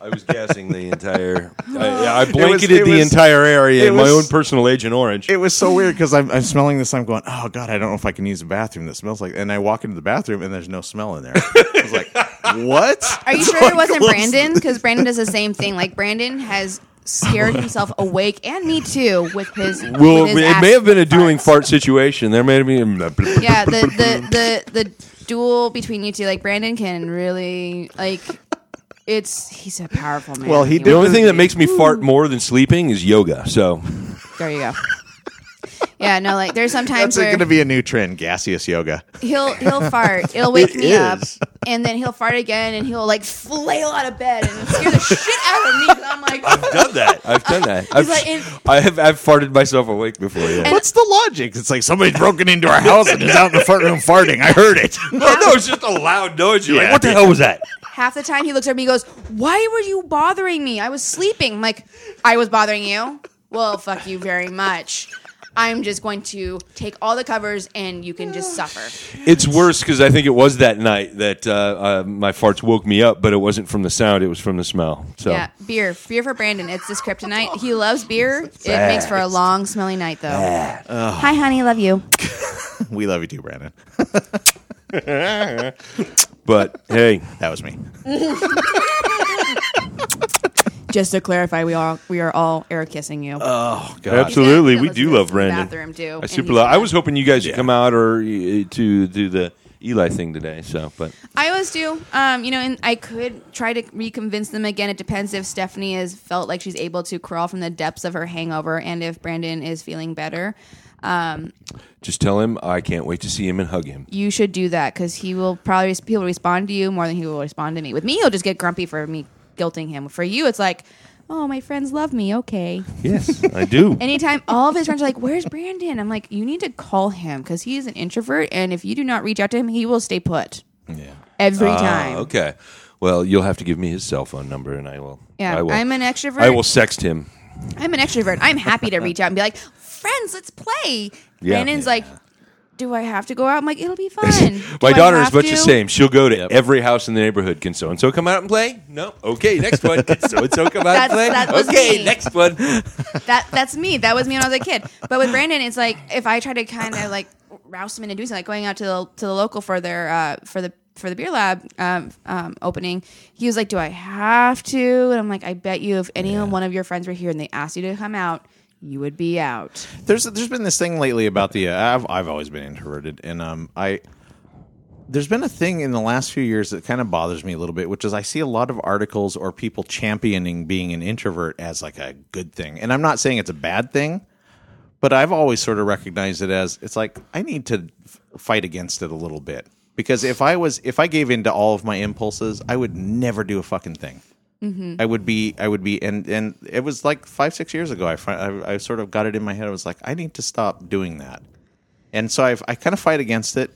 I was gassing the entire. I, yeah, I blanketed it the was- entire area it in my was- own personal Agent Orange. It was so weird because I'm, I'm smelling this. I'm going, oh god, I don't know if I can use a bathroom that smells like. And I walk into the bathroom, and there's no smell in there. I was like, what? Are you So sure I it wasn't closed- Brandon? Because Brandon does the same thing. Like Brandon has scared himself awake and me too with his. well, with his it ass may have been a dueling farts. fart situation. There may have been. Yeah, the the the the duel between you two, like Brandon can really like. It's he's a powerful man. Well, he The did- only thing that makes me fart more than sleeping is yoga. So There you go. Yeah, no, like there's sometimes That's where going to be a new trend: gaseous yoga. he'll he'll fart, it'll wake It me up, is. and then he'll fart again, and he'll like flail out of bed and scare the shit out of me. 'cause I'm like, done that. I've done that. I've, like, it- I have. I've farted myself awake before. Yeah. What's the logic? It's like somebody's broken into our house and is out in the front room farting. I heard it. No, no, it's just a loud noise. You're Yeah. like, what the hell was that? half the time he looks at me and goes, Why were you bothering me? I was sleeping. I'm like, I was bothering you? Well, fuck you very much. I'm just going to take all the covers and you can just suffer. It's worse because I think it was that night that uh, uh, my farts woke me up, but it wasn't from the sound; it was from the smell. So Yeah, beer. Beer for Brandon. It's this kryptonite. He loves beer. It makes for a long, smelly night, though. Hi, honey. Love you. we love you too, Brandon. but hey, That was me. Just to clarify, we are we are all air kissing you. Uh, absolutely, Yeah, we let's do go love to the Brandon. bathroom, too, I and super he's love. I like- was hoping you guys Yeah. would come out or uh, to do the Eli thing today. So, but I always do. Um, you know, and I could try to reconvince them again. It depends if Stephanie has felt like she's able to crawl from the depths of her hangover and if Brandon is feeling better. just tell him I can't wait to see him and hug him. you should do that because he will probably he'll respond to you more than he will respond to me. With me, he'll just get grumpy for me guilting him. For you, it's like, oh, my friends love me. Okay. Yes, I do. Anytime all of his friends are like, "Where's Brandon?" I'm like, you need to call him because he is an introvert, and if you do not reach out to him, he will stay put. Yeah. Every Ah, time. okay. Well, you'll have to give me his cell phone number, and I will. Yeah, I will, I'm an extrovert. I will sext him. I'm an extrovert. I'm happy to reach out and be like, friends, let's play. Yeah. Brandon's like, do I have to go out? I'm like, it'll be fun. My Do I daughter is have much the to?" same. She'll go to every house in the neighborhood. Can so and so come out and play? No. Okay, next one. Can so and so come out and That's- play? that was okay, me. next one. That that's me. That was me when I was a kid. But with Brandon, it's like if I try to kind of like rouse him into doing something, like going out to the to the local for their uh, for the for the beer lab um, um, opening, he was like, "Do I have to?" And I'm like, "I bet you, if any one of your friends were here and they asked you to come out, you would be out." There's there's been this thing lately about the uh, I've I've always been introverted and um I there's been a thing in the last few years that kind of bothers me a little bit, which is I see a lot of articles or people championing being an introvert as like a good thing. And I'm not saying it's a bad thing, but I've always sort of recognized it as it's like I need to f- fight against it a little bit because if I was if I gave in to all of my impulses, I would never do a fucking thing. I would be, I would be, and and it was like five, six years ago. I, fi- I, I sort of got it in my head. I was like, I need to stop doing that, and so I've, I kind of fight against it,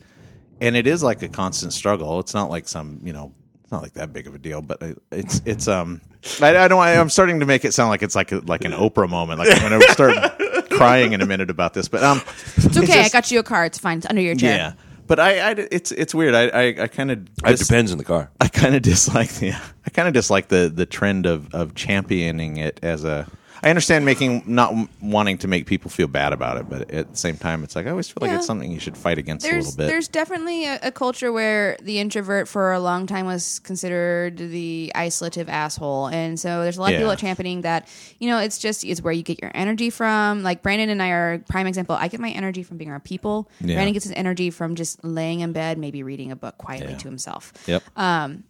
and it is like a constant struggle. It's not like some, you know, it's not like that big of a deal, but I- it's, it's, um, I, I don't, I, I'm starting to make it sound like it's like a, like an Oprah moment. Like I'm going to start crying in a minute about this, but um, It's okay. I got you a car. It's fine. It's under your chair. yeah. But I, I, it's it's weird. I, I, I kind of It depends on the car. I kind of dislike the I kind of dislike the the trend of of championing it as a. I understand making not w- wanting to make people feel bad about it, but at the same time, it's like I always feel like Yeah. it's something you should fight against a there's little bit. there's definitely a, a culture where the introvert for a long time was considered the isolative asshole, and so there's a lot of people Yeah. championing that. You know, it's just it's where you get your energy from. Like Brandon and I are a prime example. I get my energy from being around people. Yeah. Brandon gets his energy from just laying in bed, maybe reading a book quietly Yeah. to himself. Um, yep.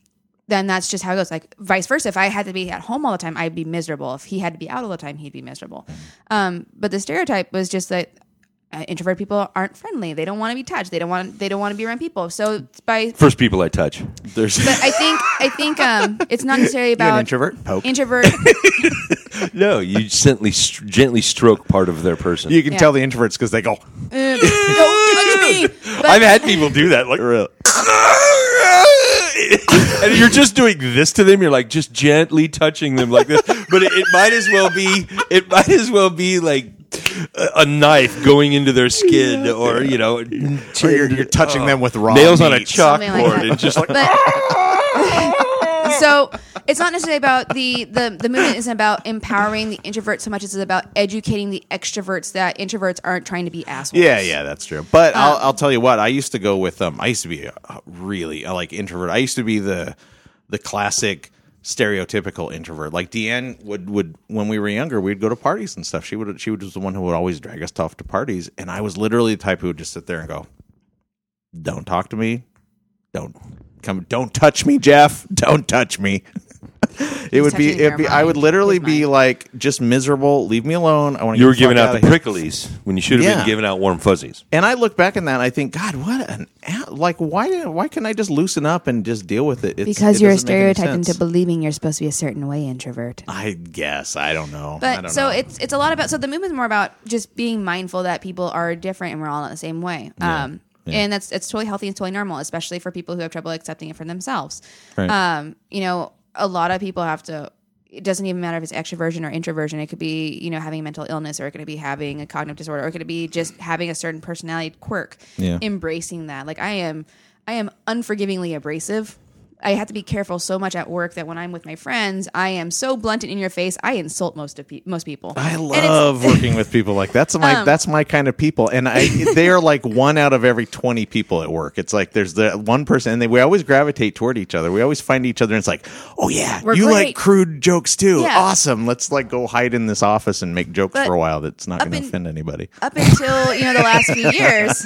Then that's just how it goes. Like vice versa, if I had to be at home all the time, Mm-hmm. I'd be miserable. If he had to be out all the time, he'd be miserable. Um, but the stereotype was just that uh, introvert people aren't friendly. They don't want to be touched. They don't want. They don't want to be around people. So it's by First people I touch. There's but I think I think um, it's not necessarily about an introvert? Poke. Introvert. No, you gently st- gently stroke part of their person. you can Yeah. tell the introverts because they go. Uh, don't touch me. But, I've had people do that. Like, and you're just doing this to them. You're like just gently touching them like this. But it, it might as well be. It might as well be like a, a knife going into their skin, or you know, Or you're, you're touching them with raw nails on a meat. Something like chalkboard, that. and just like "Ah!" but so it's not necessarily about the the the movement isn't about empowering the introverts so much as it's about educating the extroverts that introverts aren't trying to be assholes. Yeah, yeah, that's true. Um, But I'll, I'll tell you what, I used to go with um, I used to be uh, really uh, like introvert. I used to be the the classic stereotypical introvert. Like Deanne would would when we were younger, we'd go to parties and stuff. She would she was the one who would always drag us off to parties, and I was literally the type who would just sit there and go, "Don't talk to me. Don't come. Don't touch me, Jeff. Don't touch me." It would be. touching their It'd be. I would mind. literally His be mind. like, just miserable. Leave me alone. I want to. you were giving out the pricklies when you should have Yeah. been giving out warm fuzzies. And I look back on that, and I think, God, what an a- like why did why can I just loosen up and just deal with it? It's, Because it you're doesn't make any stereotyped into sense. believing you're supposed to be a certain way introvert. I guess I don't know. I But don't so know. it's it's a lot about so the movement's more about just being mindful that people are different and we're all not the same way. Um, and that's it's totally healthy and totally normal, especially for people who have trouble accepting it for themselves. Right. Um, you know, a lot of people have to. It doesn't even matter if it's extroversion or introversion. It could be you know having a mental illness, or it could be having a cognitive disorder, or it could be just having a certain personality quirk. Yeah. Embracing that, like I am, I am unforgivingly abrasive. I have to be careful so much at work that when I'm with my friends, I am so blunt and in your face. I insult most of pe- most people. I And it's- Um, love working with people like that's my that's my kind of people, and I they are like one out of every twenty people at work. It's like there's the one person, and they, we always gravitate toward each other. We always find each other, and it's like, oh yeah, We're you like great. crude jokes too. Yeah. Awesome. Let's like go hide in this office and make jokes But for a while. That's not up going to in- offend anybody. up until you know the last few years.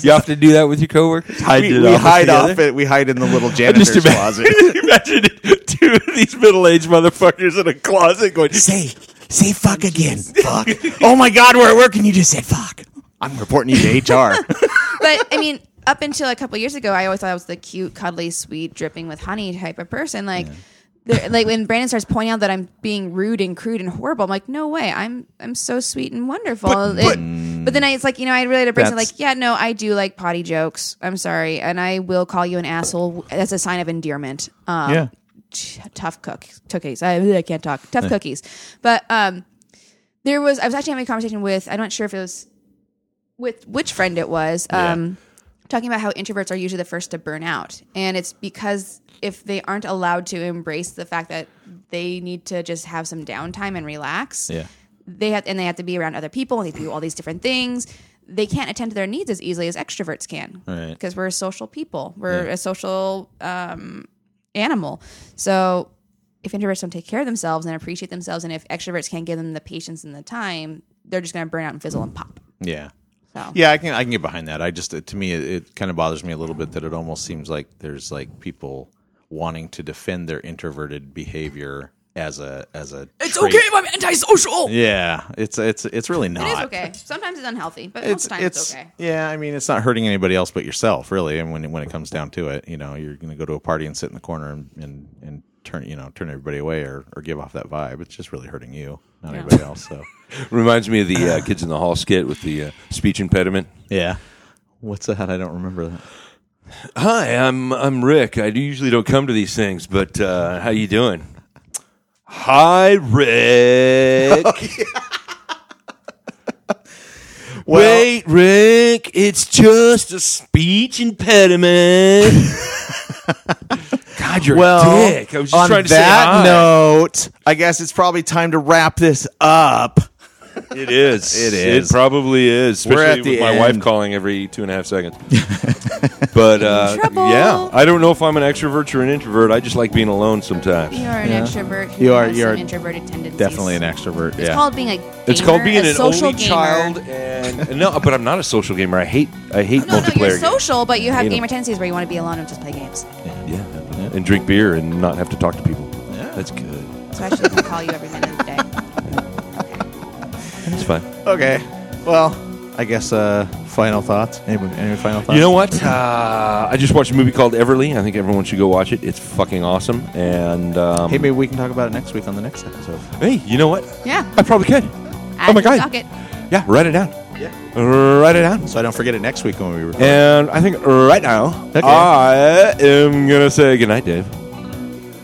You have to do that with your coworkers. Hide we, we hide off it. We hide in the little janitor's ima- closet. Imagine two of these middle-aged motherfuckers in a closet going, Say, say fuck again. Fuck. Oh my God, we're at work and you just said fuck. I'm reporting you to HR. but I mean, up until a couple years ago, I always thought I was the cute, cuddly, sweet, dripping with honey type of person. Like, there- like when Brandon starts pointing out that I'm being rude and crude and horrible, I'm like, no way, I'm I'm so sweet and wonderful. It- But, then I, it's like you know, I really had to bring it That's- like, yeah, no, I do like potty jokes. I'm sorry, and I will call you an asshole as a sign of endearment. Um, Yeah. t- tough cook cookies. I, I can't talk tough cookies, but um, there was I was actually having a conversation with I'm not sure if it was with which friend it was um, talking about how introverts are usually the first to burn out and it's because if they aren't allowed to embrace the fact that they need to just have some downtime and relax Yeah. they have and they have to be around other people and they have to do all these different things they can't attend to their needs as easily as extroverts can Right. because we're social people we're a social um, animal so if introverts don't take care of themselves and appreciate themselves and if extroverts can't give them the patience and the time they're just going to burn out and fizzle and pop yeah. so Yeah, I can I can get behind that. I just to me it, it kind of bothers me a little bit that it almost seems like there's like people wanting to defend their introverted behavior as a as a It's trait. okay if I'm antisocial. Yeah, it's it's it's really not. It is okay. Sometimes it's unhealthy, but It's most times it's it's okay. yeah. I mean, it's not hurting anybody else but yourself, really. And when when it comes down to it, you know, you're going to go to a party and sit in the corner and, and and turn you know turn everybody away or or give off that vibe. It's just really hurting you, not anybody else. So Reminds me of the uh, Kids in the Hall skit with the uh, speech impediment. yeah, what's that? I don't remember that. Hi, I'm I'm Rick. I do- usually don't come to these things, but uh, how you doing? Hi, Rick. Wait, Rick. It's just a speech impediment. God, you're Well, a dick. I was just on trying to say that hi. note, I guess it's probably time to wrap this uh, up. It is. It is. It probably is. Especially We're at the with my wife end. calling every two and a half seconds. but uh, trouble. yeah, I don't know if I'm an extrovert or an introvert. I just like being alone sometimes. You are an extrovert. You you are- are. you some are introverted tendencies. Definitely an extrovert. It's yeah. called being a. It's called gamer, being a an social only gamer. child, and no, but I'm not a social gamer. I hate I hate No, no, multiplayer you're games. social, but you have Hate 'em. gamer tendencies where you want to be alone and just play games. Yeah, and drink beer and not have to talk to people. Yeah. That's good. So I should call you every minute of the day. That's fine. okay. Well, I guess uh, final thoughts. Anybody, any final thoughts? You know what? Uh, I just watched a movie called Everly. I think everyone should go watch it. It's fucking awesome. And um, Hey, maybe we can talk about it next week on the next episode. hey, you know what? Yeah. I probably could. Add oh my to the god! docket. Yeah, write it down. Yeah, write it down. So I don't forget it next week when we record. And I think right now Okay. I am gonna say goodnight, Dave.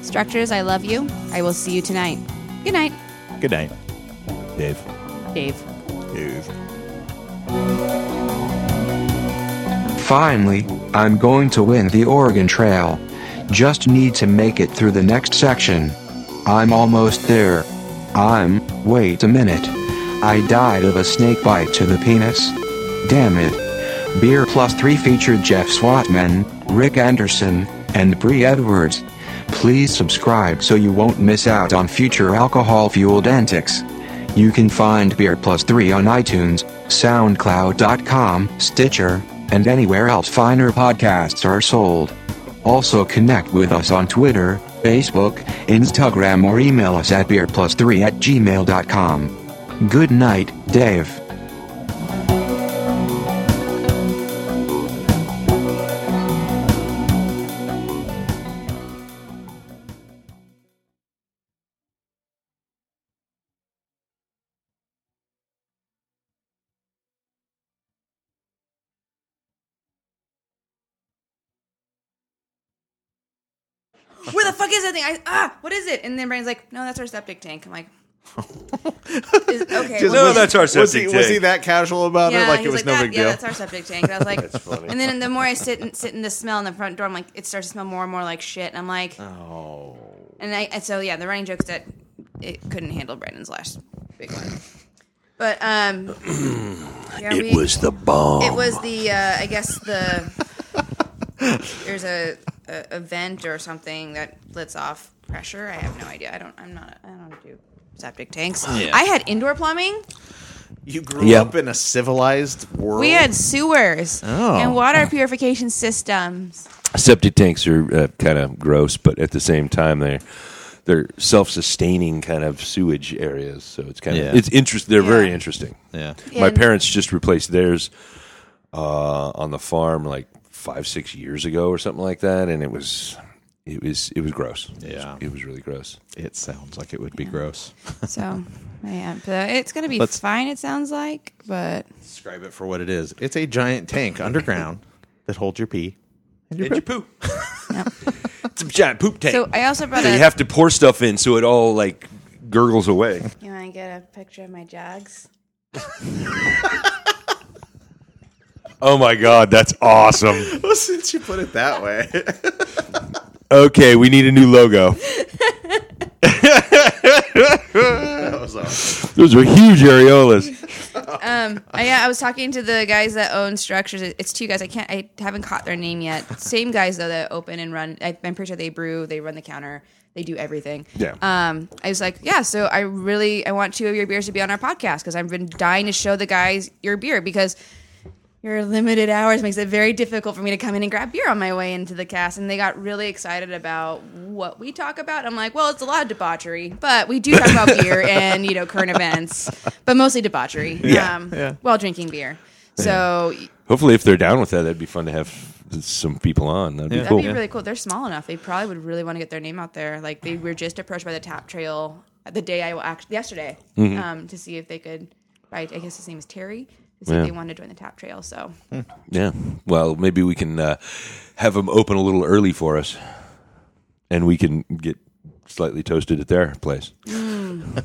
Structures, I love you. I will see you tonight. Good night, Good night. Dave. Dave. Finally, I'm going to win the Oregon Trail. Just need to make it through the next section. I'm almost there. I'm, wait a minute. I died of a snake bite to the penis. Damn it. Beer Plus 3 featured Jeff Swatman, Rick Anderson, and Bree Edwards. Please subscribe so you won't miss out on future alcohol fueled antics. You can find Beer Plus 3 on iTunes, SoundCloud.com, Stitcher, and anywhere else finer podcasts are sold. Also connect with us on Twitter, Facebook, Instagram, or email us at beerplus3 at gmail.com. Good night, Dave. Where the fuck is that thing? I, ah, what is it? And then Brian's like, no, that's our septic tank. I'm like, is, okay. Just- well, No, that's our Was septic he, was he tank. that casual about yeah, it? Like it he's was like, no that, big yeah, deal. that's our septic tank. And I was like, That's funny. and then the more I sit and sit in the smell in the front door, I'm like, it starts to smell more and more like shit. And I'm like, oh. And I and so yeah, the running joke's that it couldn't handle Brandon's last big one. But um, yeah, we- the bomb. It was the uh, I guess the there's a, a, a vent or something that lets off pressure. I have no idea. I don't. I'm not. I don't do septic tanks. I had indoor plumbing. You grew up in a civilized world. Oh. We had sewers Oh. and water purification systems. Septic tanks are uh, kind of gross, but at the same time they're they're self-sustaining kind of sewage areas. So it's kind Yeah. of it's interest. They're very Yeah. interesting. yeah. My And- parents just replaced theirs uh, on the farm like five six years ago or something like that, and it was it was it was gross. Yeah. it was really gross. It sounds like it would be gross. So yeah, but it's gonna be Let's- fine. It sounds like, but Describe it for what it is. It's a giant tank underground that holds your pee. And you poo. it's a giant poop tank. so I also brought So a. you have to pour stuff in so it all like gurgles away. you want to get a picture of my jogs? Oh my god, that's awesome. Well, since you put it that way, okay, we need a new logo. that was awesome. Those are huge areolas. Uh, yeah, I was talking to the guys that own structures. It- It's two guys. I can't. I haven't caught their name yet. Same guys though that open and run. I, I'm pretty sure they brew. They run the counter. They do everything. Yeah. Um. I was like, yeah. So I really I want two of your beers to be on our podcast because I've been dying to show the guys your beer because your limited hours makes it very difficult for me to come in and grab beer on my way into the cast. And they got really excited about what we talk about. I'm like, well, it's a lot of debauchery, but we do talk about beer and, you know, current events, but mostly debauchery Yeah, um, while drinking beer. So y- Hopefully, if they're down with that, that'd be fun to have some people on. That'd be that'd cool. be really cool. They're small enough. They probably would really want to get their name out there. Like they were just approached by the Tap Trail the day I actually yesterday Mm-hmm. um, to see if they could. Right, I guess his name is Terry. To see Yeah. Mm. if they wanted to join the Tap Trail. So yeah. Well, maybe we can uh, have them open a little early for us, and we can get slightly toasted at their place. Mm.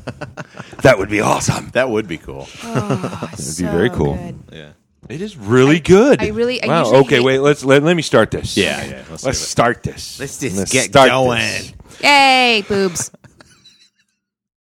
that would be awesome. That would be cool. That'd be very cool. Yeah. It is really good. I really- I wow. usually okay, hate- wait. Let's let, let me start this. Yeah, yeah, let's Let's, do it. start this. Let's just Let's get start going. this. Yay, boobs.